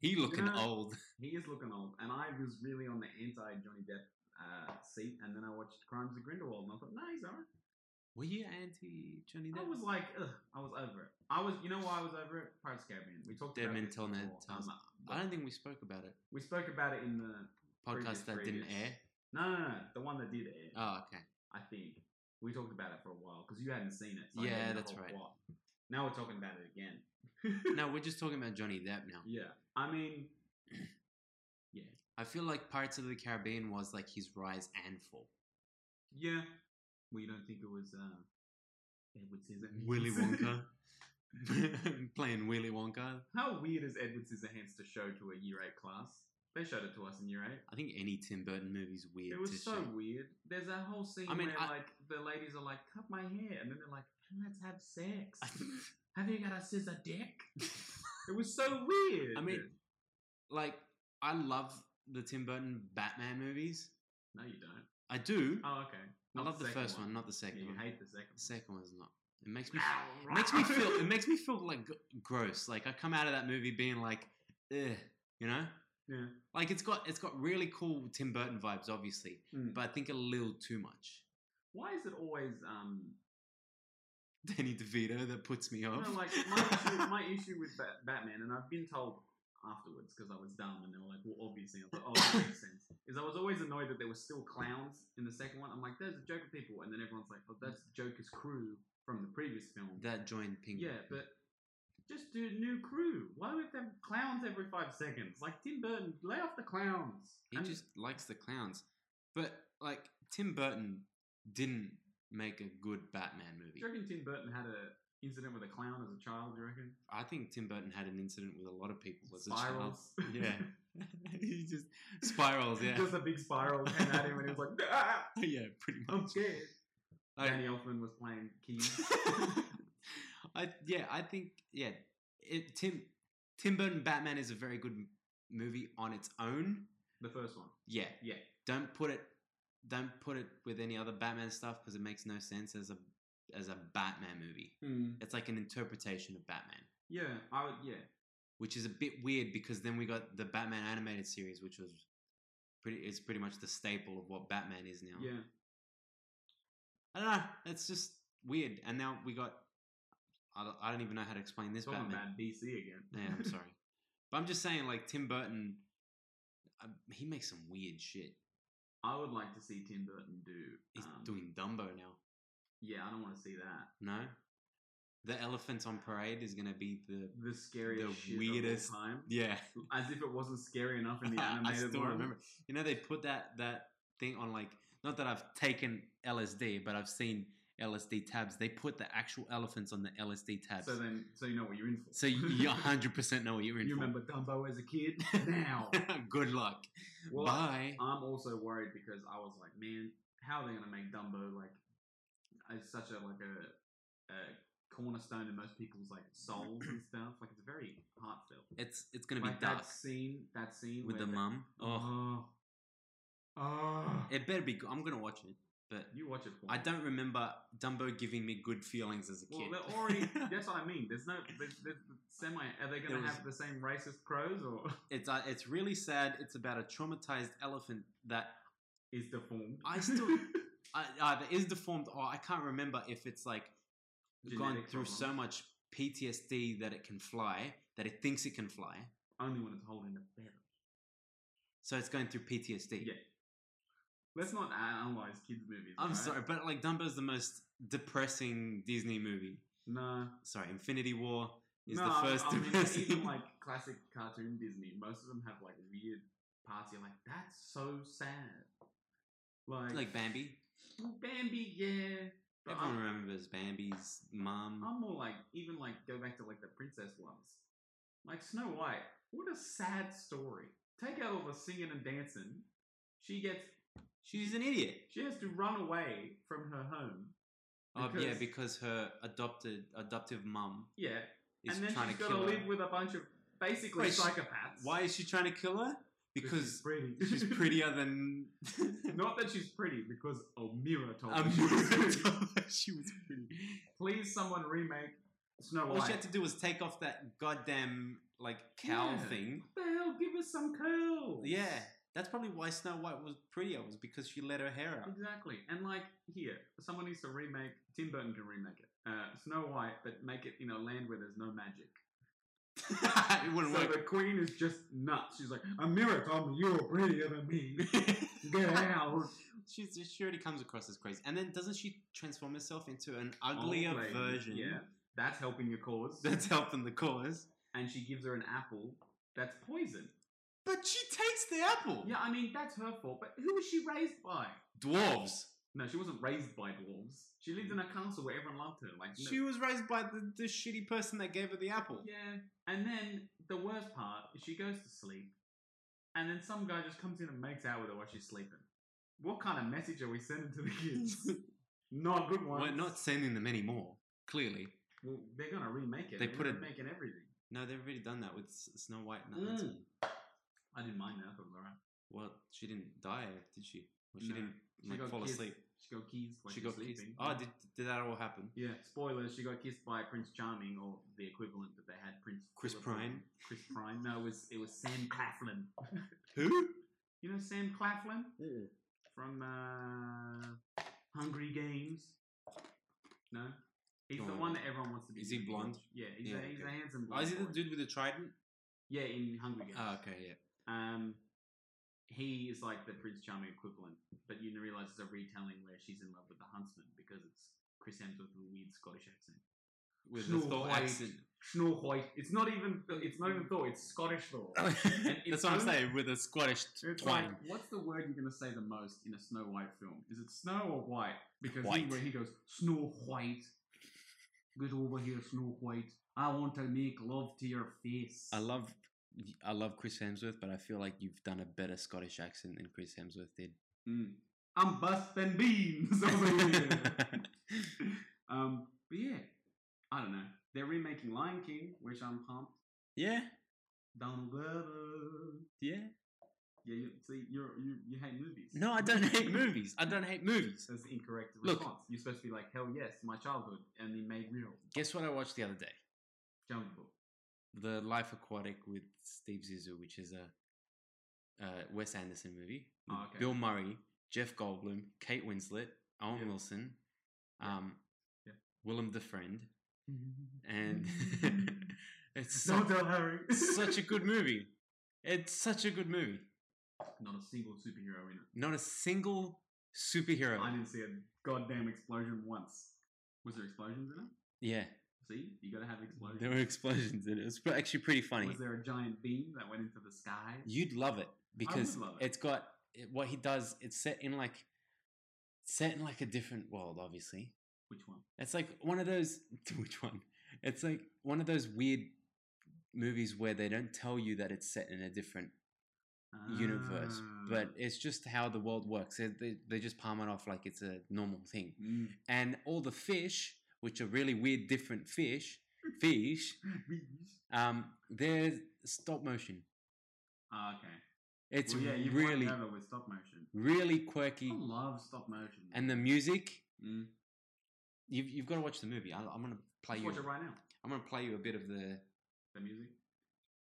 S1: he looking
S2: know-
S1: old.
S2: He is looking old, and I was really on the anti Johnny Depp uh, seat, and then I watched Crimes of Grindelwald, and I thought, no, he's alright.
S1: Were you anti Johnny Depp?
S2: I was like, Ugh, I was over it. I was, you know, why I was over it? Pirates of the Caribbean. We talked
S1: Dead
S2: about
S1: Men
S2: this
S1: Tell No
S2: before.
S1: Tales. I
S2: Um,
S1: don't think we spoke about it.
S2: we spoke about it in the Previous,
S1: Podcast that didn't
S2: previous.
S1: air.
S2: no, no, no, the one that did air.
S1: Oh, okay.
S2: I think we talked about it for a while because you hadn't seen it. So I
S1: Yeah,
S2: gave you the
S1: that's
S2: whole
S1: right.
S2: plot. Now we're talking about it again.
S1: No, we're just talking about Johnny Depp now.
S2: yeah, I mean,
S1: I feel like Pirates of the Caribbean was like his rise and fall.
S2: yeah, we don't think it was uh, Edward Scissorhands.
S1: Willy Wonka. Playing Willy Wonka.
S2: How weird is Edward Scissorhands to show to a year eight class? They showed it to us in year eight.
S1: I think any Tim Burton movie's weird
S2: It
S1: to
S2: was so
S1: show.
S2: weird. There's that whole scene
S1: I mean,
S2: where
S1: I-
S2: like the ladies are like, "Cut my hair," and then they're like, "And "Let's have sex." have you got a scissor dick? it was so weird.
S1: I mean, like, I love the Tim Burton Batman movies.
S2: no, you don't.
S1: I do.
S2: Oh, okay.
S1: I
S2: Not
S1: love the,
S2: second
S1: first one. not the
S2: Yeah,
S1: second
S2: you
S1: one.
S2: hate Ah, the second.
S1: the second one's not. It makes me it makes me feel it makes me feel like g- gross. Like I come out of that movie being like, Ugh, you know?
S2: Yeah.
S1: Like it's got it's got really cool Tim Burton vibes, obviously,
S2: Mm.
S1: but I think a little too much.
S2: Why is it always um?
S1: Danny DeVito that puts me
S2: You
S1: off.
S2: know, like my issue, my issue with Bat- Batman, and I've been told afterwards because I was dumb, and they were like, "Well, obviously," I was like, "Oh, that makes sense." Is I was always annoyed that there were still clowns in the second one. I'm like, "There's a Joker people," and then everyone's like, "Oh, that's Joker's crew from the previous film."
S1: that joined Pink.
S2: yeah, but just do new crew. Why would they have clowns every five seconds? Like Tim Burton, lay off the clowns.
S1: He
S2: And-
S1: just likes the clowns. But like Tim Burton didn't make a good Batman
S2: Do
S1: movie.
S2: you reckon Tim Burton had a incident with a clown as a child? Do you reckon?
S1: I think Tim Burton had an incident with a lot of people as
S2: Spirals.
S1: a child. Yeah. he just spirals, yeah.
S2: Just a big spiral came at him, and he was like, "Ah,
S1: yeah, pretty much.
S2: "I'm scared."
S1: Like,
S2: Danny Elfman was playing keys.
S1: I yeah, I think yeah, it, Tim Tim Burton Batman is a very good m- movie on its own.
S2: the first one.
S1: Yeah,
S2: Yeah.
S1: don't put it don't put it with any other Batman stuff because it makes no sense as a as a Batman movie.
S2: Mm-hmm.
S1: It's like an interpretation of Batman,
S2: Yeah, I would. Yeah,
S1: which is a bit weird because then we got the Batman animated series, which was pretty is pretty much the staple of what Batman is now.
S2: yeah.
S1: I don't know. It's just weird. And now we got. I don't, I don't even know how to explain this
S2: Talking
S1: Batman.
S2: about DC again.
S1: Yeah, I'm sorry. But I'm just saying, like, Tim Burton, um, he makes some weird shit.
S2: I would like to see Tim Burton do.
S1: He's
S2: um,
S1: doing Dumbo now.
S2: Yeah, I don't want to see that.
S1: No? The Elephant on Parade is going to be the.
S2: The scariest,
S1: The
S2: shit of all
S1: weirdest-
S2: time.
S1: Yeah.
S2: As if it wasn't scary enough in the
S1: I
S2: animated
S1: still
S2: one.
S1: remember. You know, they put that, that thing on, like, not that I've taken LSD, but I've seen LSD tabs, they put the actual elephants on the LSD tabs.
S2: So
S1: So,
S2: then, so you know what you're in for.
S1: you, you 100% know what you're in
S2: You
S1: for.
S2: remember Dumbo as a kid? now.
S1: Good luck.
S2: Well, um,
S1: Bye.
S2: I'm also worried because I was like, man, how are they going to make Dumbo like it's such a like a, a cornerstone in most people's like souls and stuff? Like it's very heartfelt.
S1: It's it's gonna
S2: like
S1: be dark
S2: that scene, that scene
S1: with
S2: where
S1: the mum. Oh,
S2: Oh, oh.
S1: it better be. Good. I'm gonna watch it, but
S2: you watch it. For
S1: I
S2: me.
S1: don't remember Dumbo giving me good feelings as a
S2: Well,
S1: kid.
S2: they're already. that's what I mean. There's no. There's, there's semi. Are they
S1: There
S2: going to
S1: was-
S2: have the same racist crows or
S1: it's uh, it's really sad. It's about a traumatized elephant that
S2: is deformed?
S1: I still- uh, either is deformed or I can't remember if it's like gone
S2: Genetic
S1: through so
S2: problems.
S1: much PTSD that it can fly, that it thinks it can fly.
S2: only when it's holding the feather.
S1: So it's going through PTSD.
S2: Yeah. Let's not analyze kids' movies.
S1: I'm
S2: alright?
S1: sorry, but like Dumbo's the most depressing Disney movie.
S2: No.
S1: Sorry, Infinity War is
S2: no,
S1: the
S2: I-
S1: first
S2: I mean,
S1: depressing.
S2: even like classic cartoon Disney, most of them have like weird parts. You're like, that's so sad. Like,
S1: like Bambi.
S2: Bambi, yeah. But
S1: Everyone
S2: I'm,
S1: remembers Bambi's mum.
S2: I'm more like, even like, go back to like the princess ones. Like Snow White, what a sad story. Take out all the singing and dancing. She gets,
S1: She's an idiot.
S2: she has to run away from her home.
S1: Oh yeah,
S2: Because-
S1: because her adopted adoptive mum
S2: Yeah,
S1: is
S2: and then
S1: trying
S2: she's
S1: to
S2: got to
S1: kill her.
S2: live with a bunch of basically
S1: Wait, she-
S2: psychopaths.
S1: Why is she trying to kill her?
S2: she's
S1: Because
S2: pretty.
S1: she's prettier than
S2: Not that she's pretty, because Omira told
S1: a
S2: me she was
S1: mirror.
S2: pretty.
S1: she was pretty.
S2: Please, someone remake Snow
S1: All
S2: White.
S1: Oh, she had to do was take off that goddamn like cowl
S2: Yeah.
S1: thing.
S2: What the hell? Give us some curls.
S1: Yeah, that's probably why Snow White was prettier was because she let her hair out.
S2: Exactly. And like here, someone needs to remake. Tim Burton can remake it. Uh, Snow White, but make it in a land where there's no magic.
S1: it wouldn't
S2: so
S1: work.
S2: the queen is just nuts. She's like, Amira told me you were prettier than me. Get out.
S1: She's, she already comes across as crazy, and then doesn't she transform herself into an uglier
S2: Old lady.
S1: version?
S2: Yeah, that's helping your cause.
S1: that's helping the cause.
S2: and she gives her an apple that's poison.
S1: But she takes the apple.
S2: Yeah, I mean that's her fault. But who was she raised by?
S1: Dwarves.
S2: No, she wasn't raised by dwarves. She lived in a castle where everyone loved her. Like
S1: She was raised by the, the shitty person that gave her the apple.
S2: no- yeah. And then the worst part is she goes to sleep, and then some guy just comes in and makes out with her while she's sleeping. What kind of message are we sending to the kids? not a good one.
S1: We're not sending them anymore. Clearly,
S2: Well, they're gonna remake it.
S1: They
S2: They're
S1: put it-
S2: remaking everything.
S1: no, they've already done that with S- Snow White. and
S2: Mm.
S1: Huntsman.
S2: I didn't mind that. I thought it was alright.
S1: Well, she didn't die, did she? Well, she
S2: No.
S1: didn't
S2: She
S1: like
S2: got
S1: fall
S2: kissed.
S1: asleep.
S2: She got keys. While
S1: she
S2: was
S1: got kissed.
S2: sleeping.
S1: Oh, did, did that all happen?
S2: Yeah, spoilers. She got kissed by Prince Charming, or the equivalent that they had Prince
S1: Chris
S2: Philip on-
S1: Prine?
S2: Chris Prine. No, it was it was Sam Claflin.
S1: Who?
S2: You know Sam Claflin from uh, Hungry Games. No, he's the
S1: Oh.
S2: one that everyone wants to be.
S1: Is he blonde?
S2: Yeah, he's,
S1: Yeah,
S2: a, he's
S1: okay.
S2: a handsome.
S1: Oh,
S2: Blonde
S1: is it the
S2: boy.
S1: dude with the trident?
S2: Yeah, in Hungry Games.
S1: Oh, okay, yeah.
S2: Um, he is like the Prince Charming equivalent, but you realize it's a retelling where she's in love with the huntsman because it's Chris Hemsworth with a weird Scottish accent.
S1: With
S2: Snow
S1: the Thor
S2: White.
S1: accent.
S2: Snorhoit. It's not even it's not even Thor. It's Scottish Thor.
S1: That's what I'm
S2: only-
S1: saying. With a Scottish
S2: It's like,
S1: twang.
S2: what's the word you're going to say the most in a Snow White film? Is it snow or white? Because he-
S1: White.
S2: where he goes, Snow White, get over here, Snow White. I want to make love to your face.
S1: I love, I love Chris Hemsworth, but I feel like you've done a better Scottish accent than Chris Hemsworth did.
S2: Mm. I'm busting beans over here. um, but yeah, I don't know. They're remaking Lion King, which I'm pumped.
S1: yeah,
S2: Donald Glover.
S1: yeah.
S2: Yeah, you, see, you're, you you hate movies.
S1: No, I don't hate movies. I don't hate movies.
S2: That's the incorrect
S1: Look.
S2: response. You're supposed to be like, hell yes, my childhood, and he made real.
S1: Guess what I watched the other day?
S2: Jungle Book.
S1: The Life Aquatic with Steve Zissou, which is a uh, Wes Anderson movie. with
S2: Oh, okay.
S1: Mm-hmm. Bill Murray, Jeff Goldblum, Kate Winslet, Owen
S2: Yeah.
S1: Wilson,
S2: Yeah.
S1: um,
S2: Yeah.
S1: Willem the Friend, and it's
S2: Don't
S1: such,
S2: tell Harry.
S1: such a good movie. It's such a good movie.
S2: Not a single superhero in it.
S1: Not a single superhero.
S2: I didn't see a goddamn explosion once. Was there explosions in it?
S1: yeah,
S2: See, you gotta have explosions.
S1: there were explosions in it. It was pre- actually pretty funny.
S2: Was there a giant beam that went into the sky?
S1: You'd love it because
S2: love it.
S1: it. has got it, what he does. It's set in like set in like a different world, obviously,
S2: Which one?
S1: It's like one of those. Which one? It's like one of those weird movies where they don't tell you that it's set in a different universe,
S2: Ah.
S1: but it's just how the world works. They, they, they just palm it off like it's a normal thing.
S2: Mm.
S1: And all the fish, which are really weird, different fish, fish, um, they're stop motion.
S2: Ah, okay.
S1: It's
S2: well, yeah, you've won me
S1: really,
S2: over with stop motion.
S1: really
S2: I
S1: quirky.
S2: love stop motion.
S1: And the music,
S2: mm.
S1: you've, you've got to watch the movie. I, I'm going to play
S2: Let's
S1: you.
S2: watch it right now.
S1: I'm going to play you a bit of the.
S2: The music.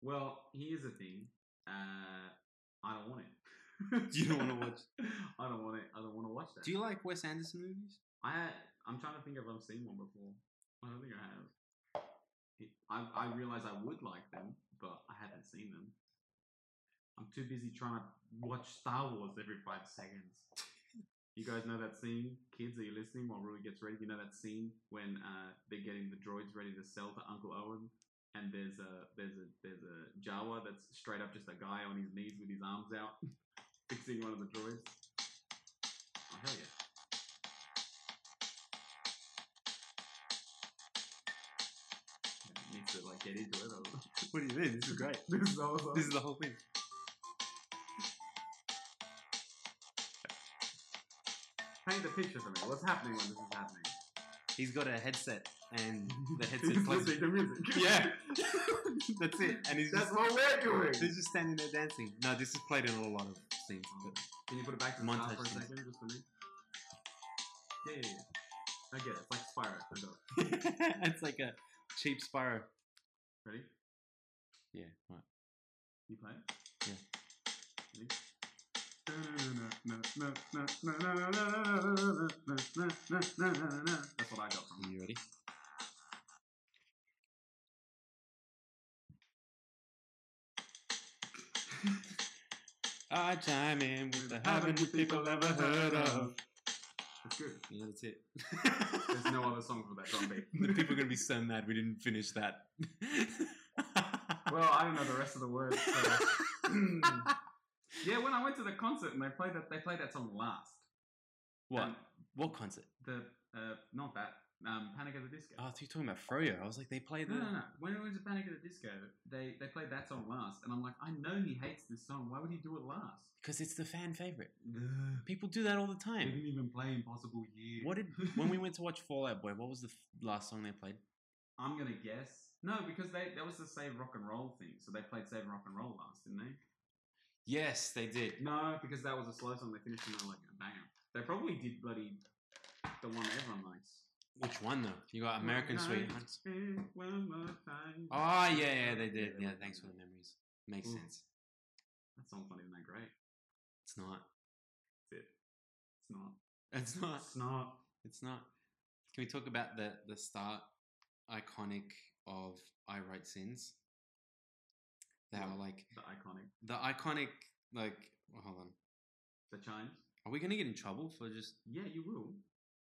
S2: Well, here's the thing. Uh, I don't want it.
S1: You don't wanna watch-
S2: I don't want it. I don't want to watch that.
S1: Do you like Wes Anderson movies?
S2: I I'm trying to think if I've seen one before. I don't think I have. I I realize I would like them, but I haven't seen them. I'm too busy trying to watch Star Wars every five seconds. you guys know that scene, kids? Are you listening? While Rui gets ready, you know that scene when uh, they're getting the droids ready to sell to Uncle Owen, and there's a there's a there's a Jawa that's straight up just a guy on his knees with his arms out, fixing one of the droids. Oh hell yeah! Needs to like get into it. or-
S1: What do you mean? This is great.
S2: this is awesome.
S1: This is the whole thing.
S2: Paint the picture for me. What's happening when this is happening?
S1: He's got a headset, and the headset
S2: He's
S1: plays.
S2: listening to music.
S1: Yeah. That's it. And he's
S2: That's
S1: just,
S2: what we're doing.
S1: he's just standing there dancing. No, this is played in a lot of scenes. but-
S2: Can you put it back to the start
S1: Montage
S2: for a
S1: scene.
S2: second, just for me? Yeah, yeah, yeah. I get it. It's like Spyro. I got it.
S1: it's like a cheap Spyro.
S2: Ready?
S1: Yeah, right.
S2: You play it?
S1: Yeah.
S2: Ready? That's what I got from it.
S1: You ready? I chime in with the having people ever heard of.
S2: It's good.
S1: Yeah, that's it.
S2: There's no other song for that drum beat.
S1: the people are gonna be so mad we didn't finish that.
S2: Well, I don't know the rest of the words. So. yeah, when I went to the concert and they played that, they played that song last.
S1: what?
S2: And
S1: What concert?
S2: the uh, not that um, Panic at the Disco.
S1: Oh, I thought you were talking about Froyo. I was like, they play the.
S2: no, no, no. When it went to Panic at the Disco, they they played that song last, and I'm like, I know he hates this song. Why would he do it last?
S1: Because it's the fan favorite.
S2: Ugh.
S1: People do that all the
S2: They
S1: time.
S2: didn't even play Impossible Year.
S1: What did when we went to watch Fallout Boy? What was the f- last song they played?
S2: I'm gonna guess no, because they that was the Save Rock and Roll thing, so they played Save Rock and Roll last, didn't they?
S1: Yes, they did.
S2: No, because that was a slow song. They finished and they're like a banger. They probably did bloody the one that everyone likes.
S1: Which one though? You got American
S2: One night.
S1: Sweethearts.
S2: Spend one more time.
S1: Oh yeah, yeah, they did. Yeah,
S2: they
S1: thanks for the
S2: did.
S1: memories. Makes
S2: Ooh.
S1: sense.
S2: That song's not even that great.
S1: It's not.
S2: Is it? It's not.
S1: It's not.
S2: It's not.
S1: It's not. Can we talk about the the start iconic of I Write Sins? They
S2: Yeah.
S1: were like
S2: The iconic.
S1: the iconic like. well, hold on.
S2: The chimes.
S1: Are we gonna get in trouble for just?
S2: Yeah, you will.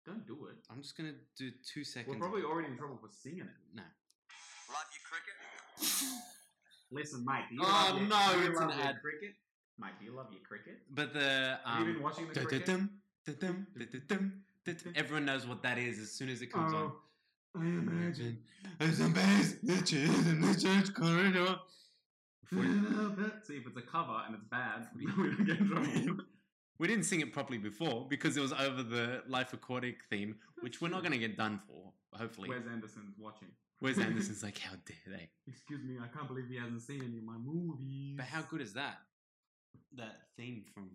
S2: Don't do it.
S1: I'm just gonna do two seconds.
S2: We're
S1: of-
S2: probably already in trouble for singing it.
S1: no.
S4: Love you, cricket.
S2: Listen, mate. Do you
S1: Oh,
S2: love your-
S1: no,
S2: do you
S1: it's
S2: love
S1: an
S2: your
S1: ad.
S2: cricket. Mate, do you love your cricket?
S1: But the um,
S2: Have you been watching the cricket?
S1: Dun-dun-dun, dun-dun, dun-dun-dun, dun-dun. Everyone knows what that is as soon as it comes on.
S2: Oh, I imagine.
S1: as a bass that she is in the church corridor. We-
S2: See if it's a cover and it's bad, we don't get in trouble.
S1: We didn't sing it properly before because it was over the Life Aquatic theme, which we're not going to get done for, hopefully.
S2: Wes Anderson's watching.
S1: Where's Anderson's like, how dare they?
S2: Excuse me, I can't believe he hasn't seen any of my movies.
S1: But how good is that? That theme from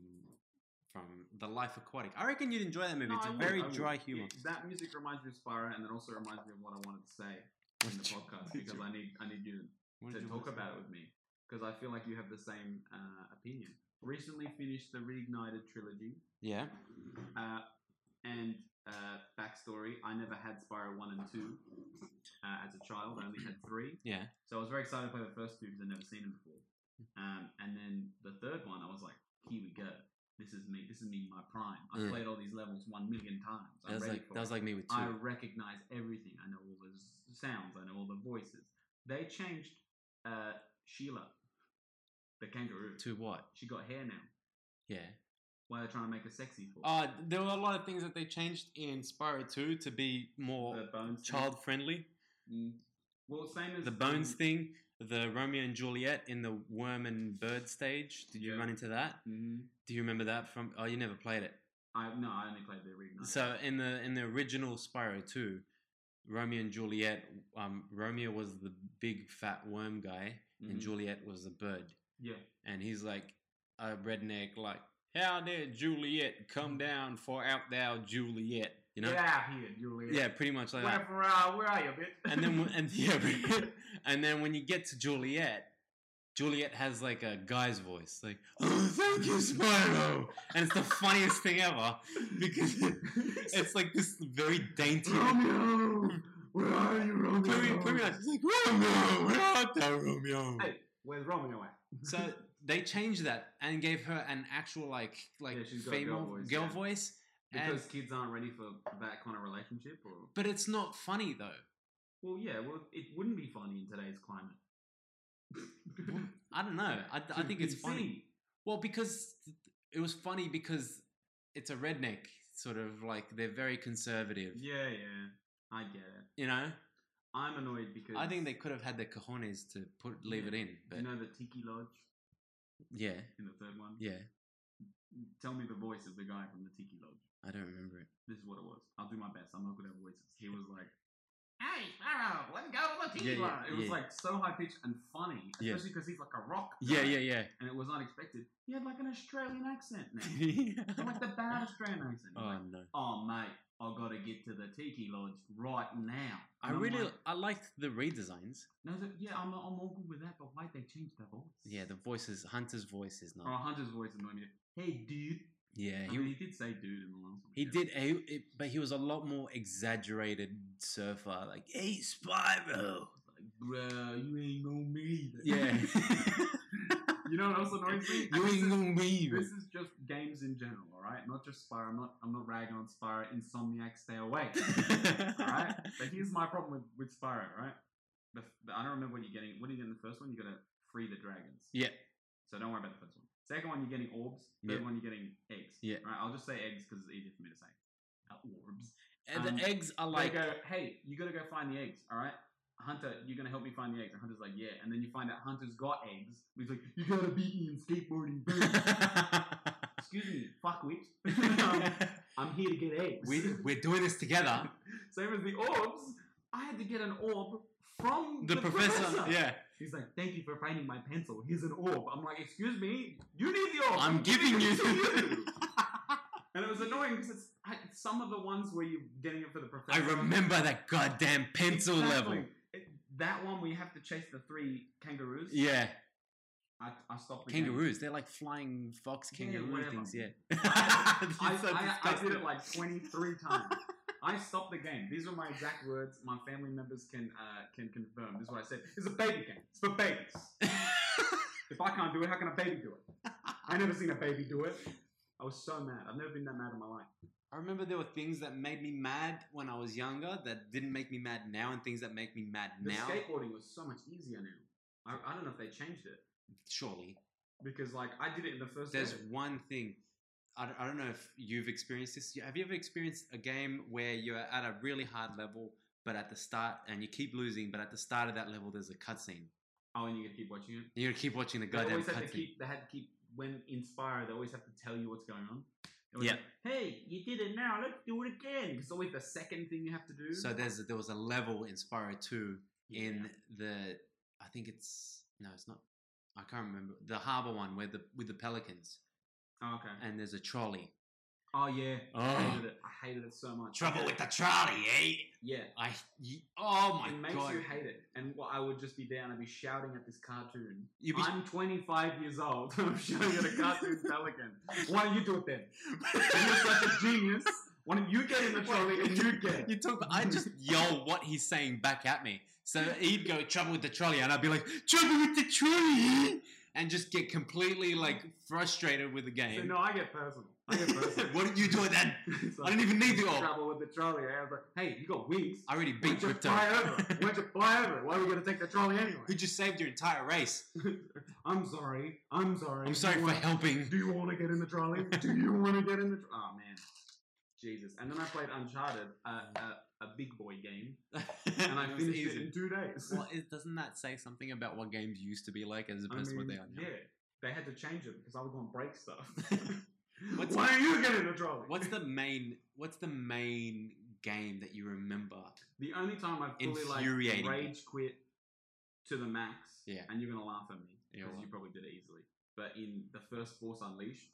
S1: from the Life Aquatic. I reckon you'd enjoy that movie.
S2: No,
S1: it's
S2: I
S1: a
S2: would,
S1: very
S2: I would.
S1: dry humor.
S2: Yeah, that music reminds me of Spyro, and it also reminds me of what I wanted to say in the podcast
S1: did
S2: because
S1: you-
S2: I need I need you
S1: What
S2: to
S1: did you want
S2: talk
S1: say?
S2: about it with me because I feel like you have the same uh, opinion. Recently finished the Reignited trilogy,
S1: Yeah.
S2: uh, and uh, backstory: I never had Spyro one and two uh, as a child. I only had three.
S1: Yeah.
S2: So I was very excited to play the first two because I'd never seen them before. Um, and then the third one, I was like, here we go. This is me. This is me in my prime.
S1: Mm.
S2: I've played all these levels one million times.
S1: That
S2: I'm
S1: was
S2: ready
S1: like
S2: for
S1: that
S2: it.
S1: was like me with two.
S2: I recognize everything. I know all the s- sounds. I know all the voices. They changed uh, Sheila, the kangaroo.
S1: To what?
S2: She got hair now.
S1: Yeah.
S2: why they're trying to make her sexy for.
S1: Uh, there were a lot of things that they changed in Spyro 2 to be more
S2: the bones. thing.
S1: child friendly.
S2: Mm. Well, same as
S1: The bones thing, the Romeo and Juliet in the worm and bird stage. Did you
S2: Yeah.
S1: run into that?
S2: Mm,
S1: Do you remember that from? Oh, you never played it.
S2: I no, I only played the original.
S1: So in the in the original Spyro 2, Romeo and Juliet, um, Romeo was the big fat worm guy, and
S2: Mhm.
S1: Juliet was the bird.
S2: yeah,
S1: and he's like a redneck, like, "How dare Juliet
S2: Mm-hmm.
S1: come down for out thou Juliet?" You know,
S2: get
S1: yeah,
S2: out here, Julia.
S1: pretty much like
S2: where,
S1: that.
S2: for, uh, where are you, bitch?
S1: And then when- and yeah, and then when you get to Juliet, Juliet has like a guy's voice, like, "Oh, thank you, Spyro," and it's the funniest thing ever because it's like this very dainty.
S2: Romeo, where are you, Romeo?
S1: Pretty, pretty much, it's like Romeo, where art thou, Romeo?
S2: Hey, Where's Romeo at?
S1: So they changed that and gave her an actual like like
S2: Yeah, she's got a
S1: female
S2: girl
S1: girl
S2: voice,
S1: voice.
S2: yeah.
S1: and-
S2: Because kids aren't ready for that kind of relationship, or
S1: but it's not funny though.
S2: well, yeah, well, it wouldn't be funny in today's climate.
S1: I don't know. I, I think it's
S2: PC.
S1: funny. Well, because it was funny because it's a redneck sort of like they're very conservative.
S2: Yeah, yeah, I get it.
S1: You know,
S2: I'm annoyed because
S1: I think they could have had the cojones to put leave
S2: Yeah.
S1: it in. But
S2: you know the Tiki Lodge
S1: yeah,
S2: in the third one.
S1: yeah,
S2: Tell me the voice of the guy from the Tiki Lodge.
S1: I don't remember it.
S2: This is what it was. I'll do my best. I'm not good at voices. He was like, "Hey, Sparrow, let's go to the Tiki
S1: Yeah, yeah,
S2: Lodge." It was
S1: yeah.
S2: like so high pitched and funny,
S1: Yeah.
S2: especially because he's like a rock.
S1: Yeah,
S2: guy,
S1: yeah,
S2: And it was unexpected. He had like an Australian accent, man.
S1: yeah.
S2: And, like the bad Australian accent. He's
S1: oh
S2: like,
S1: no.
S2: oh mate, I gotta get to the Tiki Lodge right now.
S1: I
S2: And I'm
S1: really
S2: like,
S1: I liked the redesigns.
S2: no, so- yeah, I'm, I'm all good with that, but why would they change the voice?
S1: Yeah, the voices. Hunter's voice is not.
S2: Oh, Hunter's voice annoyed me. Hey, dude.
S1: yeah,
S2: I
S1: he
S2: mean, he did say dude in the last one.
S1: He
S2: yeah.
S1: did, he, it, but he was a lot more exaggerated surfer, like "Hey Spyro."
S2: Bruh, you ain't gonna believe it.
S1: Yeah,
S2: you know what else annoys me?
S1: you
S2: This
S1: ain't
S2: is-
S1: gonna believe
S2: This
S1: it.
S2: is just games in general, all right? Not just Spyro. I'm not. I'm not ragging on Spyro. Insomniac, stay away. all right. But here's my problem with, with Spyro, right? The, f- the, I don't remember what you're getting. What do you get in the first one? You gotta free the dragons.
S1: Yeah,
S2: So don't worry about the first one. Second one, you're getting orbs. Third
S1: Yeah.
S2: one, you're getting eggs.
S1: Yeah.
S2: Right. I'll just say eggs because it's easier for me to say. Uh, orbs.
S1: and
S2: Um,
S1: the eggs are like
S2: Like, they go, hey, you gotta go find the eggs, all right? Hunter, you're gonna help me find the eggs. And Hunter's like, yeah. And then you find out Hunter's got eggs. And he's like, you gotta beat me in skateboarding. boom." Excuse me, fuckwit. um, I'm here to get eggs.
S1: we we're doing this together.
S2: Same as the orbs. I had to get an orb from
S1: The, professor, yeah,
S2: He's like, thank you for finding my pencil. Here's an orb. I'm like, excuse me, you need the orb.
S1: I'm giving
S2: it
S1: you-
S2: to you." and it was annoying because it's I- some of the ones where you're getting it for the
S1: I
S2: professor.
S1: remember that goddamn pencil
S2: Exactly.
S1: level.
S2: It- that one we have to chase the three kangaroos.
S1: Yeah,
S2: I, I stopped. The game.
S1: kangaroos. They're like flying fox
S2: Yeah,
S1: kangaroo
S2: whatever.
S1: things. Yeah,
S2: I,
S1: It's
S2: I,
S1: so
S2: I- I did
S1: disgusting.
S2: it like 23 times. I stopped the game. These are my exact words. My family members can uh, can confirm. This is what I said. It's a baby game. It's for babies. if I can't do it, how can a baby do it? I never seen a baby do it. I was so mad. I've never been that mad in my life.
S1: I remember there were things that made me mad when I was younger that didn't make me mad now, and things that make me mad
S2: The
S1: now.
S2: skateboarding was so much easier now. I, I don't know if they changed it
S1: Surely,
S2: because like I did it in the first.
S1: there's
S2: level.
S1: one thing. I don't, I don't know if you've experienced this. Have you ever experienced a game where you're at a really hard level, but at the start, and you keep losing, but at the start of that level, there's a cutscene.
S2: Oh, and you get to keep watching it.
S1: And you keep watching the
S2: They
S1: goddamn
S2: always had to
S1: cutscene.
S2: keep. They had to keep when in Spyro. They always have to tell you what's going on. It was
S1: Yeah.
S2: like, hey, you did it now. Let's do it again. It's always the second thing you have to do.
S1: So there's there was a level in Spyro 2
S2: Yeah.
S1: in the I think it's no, it's not. I can't remember the harbor one where the with the pelicans
S2: Oh, okay.
S1: and there's a trolley.
S2: Oh yeah. I
S1: Oh.
S2: hated it. I hated it so much.
S1: Trouble with the trolley, eh?
S2: Yeah.
S1: I y- oh my
S2: it makes
S1: god!
S2: you hate it, and well, I would just be down. I'd be shouting at this cartoon.
S1: You'd be-
S2: I'm 25 years old. I'm shouting at a cartoon pelican. Why don't you do it then? You're such a genius. Why don't you get in the trolley and you get? it?
S1: You talk. I just yell what he's saying back at me. So he'd go trouble with the trolley, and I'd be like trouble with the trolley, and just get completely like frustrated with the
S2: So
S1: game.
S2: no, I get personal. I go first.
S1: what did you do it then?
S2: It's
S1: I
S2: like,
S1: didn't even need the orb.
S2: trouble with the trolley. eh? I was like, hey, you got wings.
S1: I already
S2: Why
S1: beat
S2: don't you
S1: Crypto.
S2: fly over? Why don't you fly over? Why are we going to take the trolley
S1: Who
S2: anyway?
S1: just saved your entire race?
S2: I'm sorry. I'm sorry.
S1: I'm sorry
S2: You
S1: for
S2: wanna-
S1: helping.
S2: Do you want to get in the trolley? Do you want to get in the? Tr- oh man, Jesus! And then I played Uncharted, a, a, a big boy game, and I
S1: It was
S2: finished
S1: easy.
S2: it in two days.
S1: Well, it, doesn't that say something about what games used to be like as
S2: I
S1: opposed to what
S2: mean,
S1: they are now?
S2: yeah, they had to change it because I was going to break stuff.
S1: What's-
S2: Why are you getting in the trolley?
S1: What's the main? What's the main game that you remember?
S2: the only time I fully like
S1: Infuriating.
S2: rage quit to the max?
S1: Yeah.
S2: and you're gonna laugh at me
S1: Yeah,
S2: because
S1: well.
S2: you probably did it easily. But in the first Force Unleashed,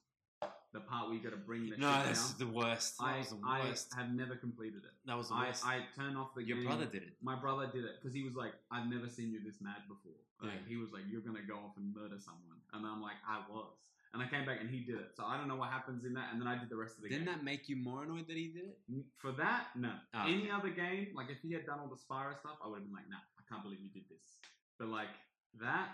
S2: the part where you got to bring the
S1: Mm, No,
S2: ship
S1: that's
S2: down,
S1: the worst. That
S2: I,
S1: was the
S2: I
S1: worst.
S2: have never completed it.
S1: that was the
S2: I,
S1: worst. Mm.
S2: I turn off the
S1: your
S2: game.
S1: brother did it.
S2: my brother did it because he was like, I've never seen you this mad before. Like,
S1: Yeah.
S2: He was like, You're going to go off and murder someone. And I'm like, I was. And I came back and he did it. So I don't know what happens in that. And then I did the rest of the
S1: Didn't
S2: game.
S1: that make you more annoyed that he did it?
S2: N- For that, no.
S1: Ah,
S2: Any
S1: okay.
S2: other game, like if he had done all the Spyro stuff, I would have been like, Nah, I can't believe you did this. But like that,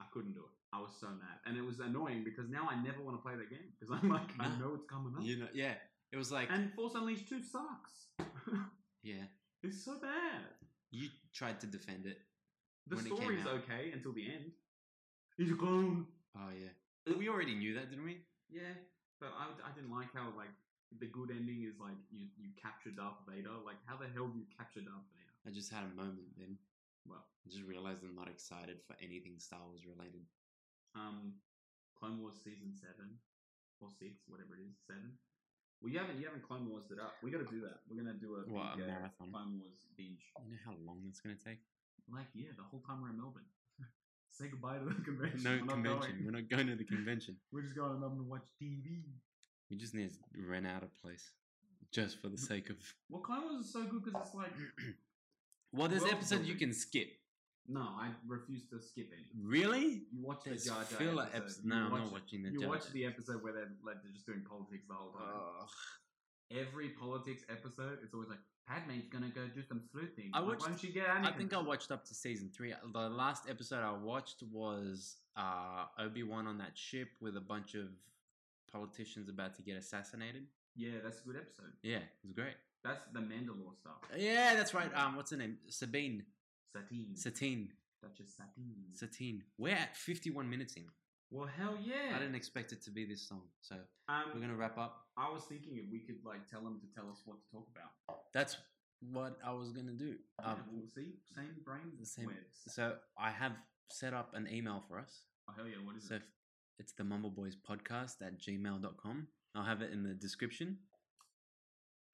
S2: I couldn't do it. I was so mad. And it was annoying because now I never want to play that game because I'm like, I
S1: No.
S2: know it's coming up.
S1: You know, yeah. It was like,
S2: And Force Unleashed 2 sucks.
S1: yeah.
S2: it's so bad.
S1: You tried to defend it.
S2: The
S1: when it came
S2: story's
S1: out.
S2: okay until the end. He's a clone.
S1: Oh yeah. We already knew that, didn't we?
S2: Yeah, but I, I didn't like how like the good ending is like you you capture Darth Vader. Like how the hell do you capture Darth Vader?
S1: I just had a moment then.
S2: Well,
S1: I just realized I'm not excited for anything Star Wars related.
S2: um, Clone Wars season seven or six, whatever it is, seven. Well, you haven't you haven't Clone Wars it up. We got to do that. We're gonna do a
S1: What a
S2: big, uh,
S1: marathon!
S2: Clone Wars binge.
S1: You know how long that's gonna take?
S2: Like yeah, the whole time we're in Melbourne. Say goodbye to the convention.
S1: No
S2: We're not going.
S1: convention. We're not going to the convention.
S2: We're just going up and watch TV.
S1: We just need to rent out a place just for the sake of.
S2: Well, Clone Wars is so good because it's like
S1: Well, there's
S2: World
S1: episodes you
S2: building.
S1: can skip.
S2: No, I refuse to skip any.
S1: Really?
S2: You watch
S1: There's
S2: the Jar Jar
S1: filler
S2: episode.
S1: episodes.
S2: You
S1: No, I'm
S2: watch,
S1: not watching the
S2: You
S1: Jar
S2: watch
S1: Jar.
S2: the episode where they're like they're just doing politics the whole time.
S1: Ugh.
S2: Every politics episode, it's always like Padme's gonna go do some sleuthing.
S1: I
S2: like,
S1: watched-
S2: Why don't you get
S1: I
S2: Anakin?
S1: think I watched up to season three. The last episode I watched was uh, Obi Wan on that ship with a bunch of politicians about to get assassinated.
S2: Yeah, that's a good episode.
S1: Yeah, it was great.
S2: That's the Mandalore stuff.
S1: Yeah, that's right. Um, what's her name? Sabine.
S2: Satine.
S1: Satine.
S2: Duchess Satine.
S1: Satine. We're at 51 minutes in.
S2: well, hell yeah.
S1: I didn't expect it to be this long, so
S2: um,
S1: we're gonna wrap up.
S2: I was thinking if we could like tell them to tell us what to talk about.
S1: That's what I was gonna do.
S2: Yeah,
S1: Um,
S2: we'll see, same brain
S1: the same-
S2: waves.
S1: So I have set up an email for us.
S2: Oh hell yeah! What is
S1: So
S2: it?
S1: if it's the Mumble Boys podcast at gmail.com. I'll have it in the description.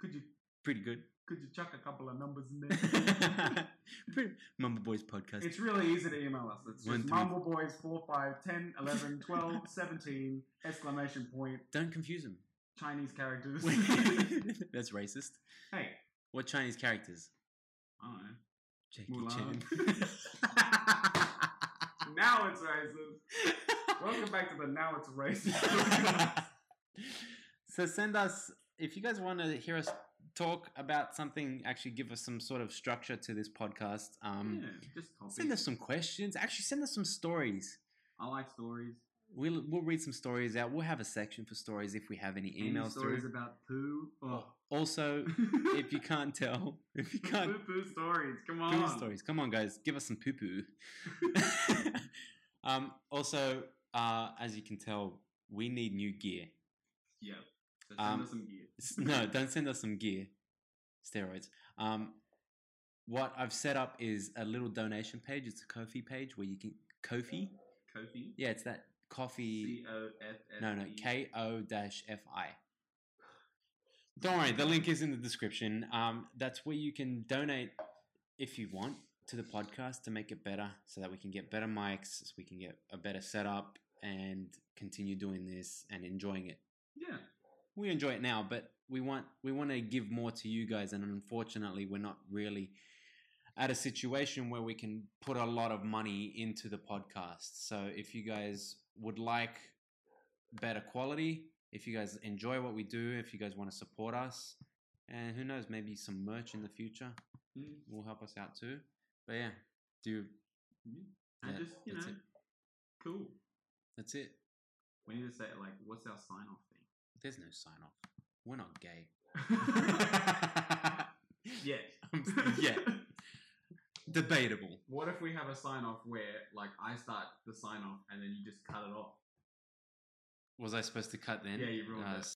S2: Could you
S1: Pretty good.
S2: could you chuck a couple of numbers in there?
S1: Pretty, Mumble Boys podcast.
S2: It's really easy to email us. It's
S1: One,
S2: just
S1: three-
S2: mumbleboys 4, 5, 10, 11, 12, 17, exclamation point,
S1: Don't confuse them.
S2: Chinese characters. hey,
S1: That's racist. What Chinese characters?
S2: I don't know.
S1: Jackie
S2: Mulan.
S1: Chan.
S2: Now it's racist. Welcome back to the Now It's Racist.
S1: so send us if you guys want to hear us talk about something actually give us some sort of structure to this podcast um,
S2: yeah, just
S1: send
S2: topics.
S1: us some questions actually send us some stories
S2: I like stories.
S1: we'll, we'll read some stories out we'll have a section for stories if we have any emails
S2: Any stories
S1: through
S2: about poo. Oh.
S1: also if you can't tell if you can't
S2: poo poo stories. Come on.
S1: Give us stories. Come on, guys. Give us some poo poo. um, also, uh, as you can tell, we need new gear.
S2: Yeah. So send
S1: Um,
S2: us some gear.
S1: S- No, don't send us some gear. Steroids. Um, what I've set up is a little donation page. It's a Kofi page where you can. Kofi?
S2: Kofi.
S1: Yeah, it's that coffee.
S2: C O F F.
S1: No, no.
S2: E.
S1: K O dash F I. Don't worry, the link is in the description. Um, that's where you can donate if you want to the podcast to make it better so that we can get better mics, so we can get a better setup and continue doing this and enjoying it.
S2: Yeah.
S1: We enjoy it now, but we want we want to give more to you guys and unfortunately we're not really at a situation where we can put a lot of money into the podcast. So if you guys would like better quality, if you guys enjoy what we do, if you guys want to support us, and who knows, maybe some merch in the future
S2: Mm.
S1: will help us out too. But yeah, do
S2: And
S1: Yeah,
S2: just, you know,
S1: that's it.
S2: cool.
S1: that's it.
S2: We need to say like, what's our sign off thing?
S1: I there's no sign off. We're not gay.
S2: yeah.
S1: Um, yeah, debatable.
S2: What if we have a sign off where, like, I start the sign off and then you just cut it off?
S1: Was I supposed to cut then?
S2: Yeah, you ruined
S1: Uh,
S2: it.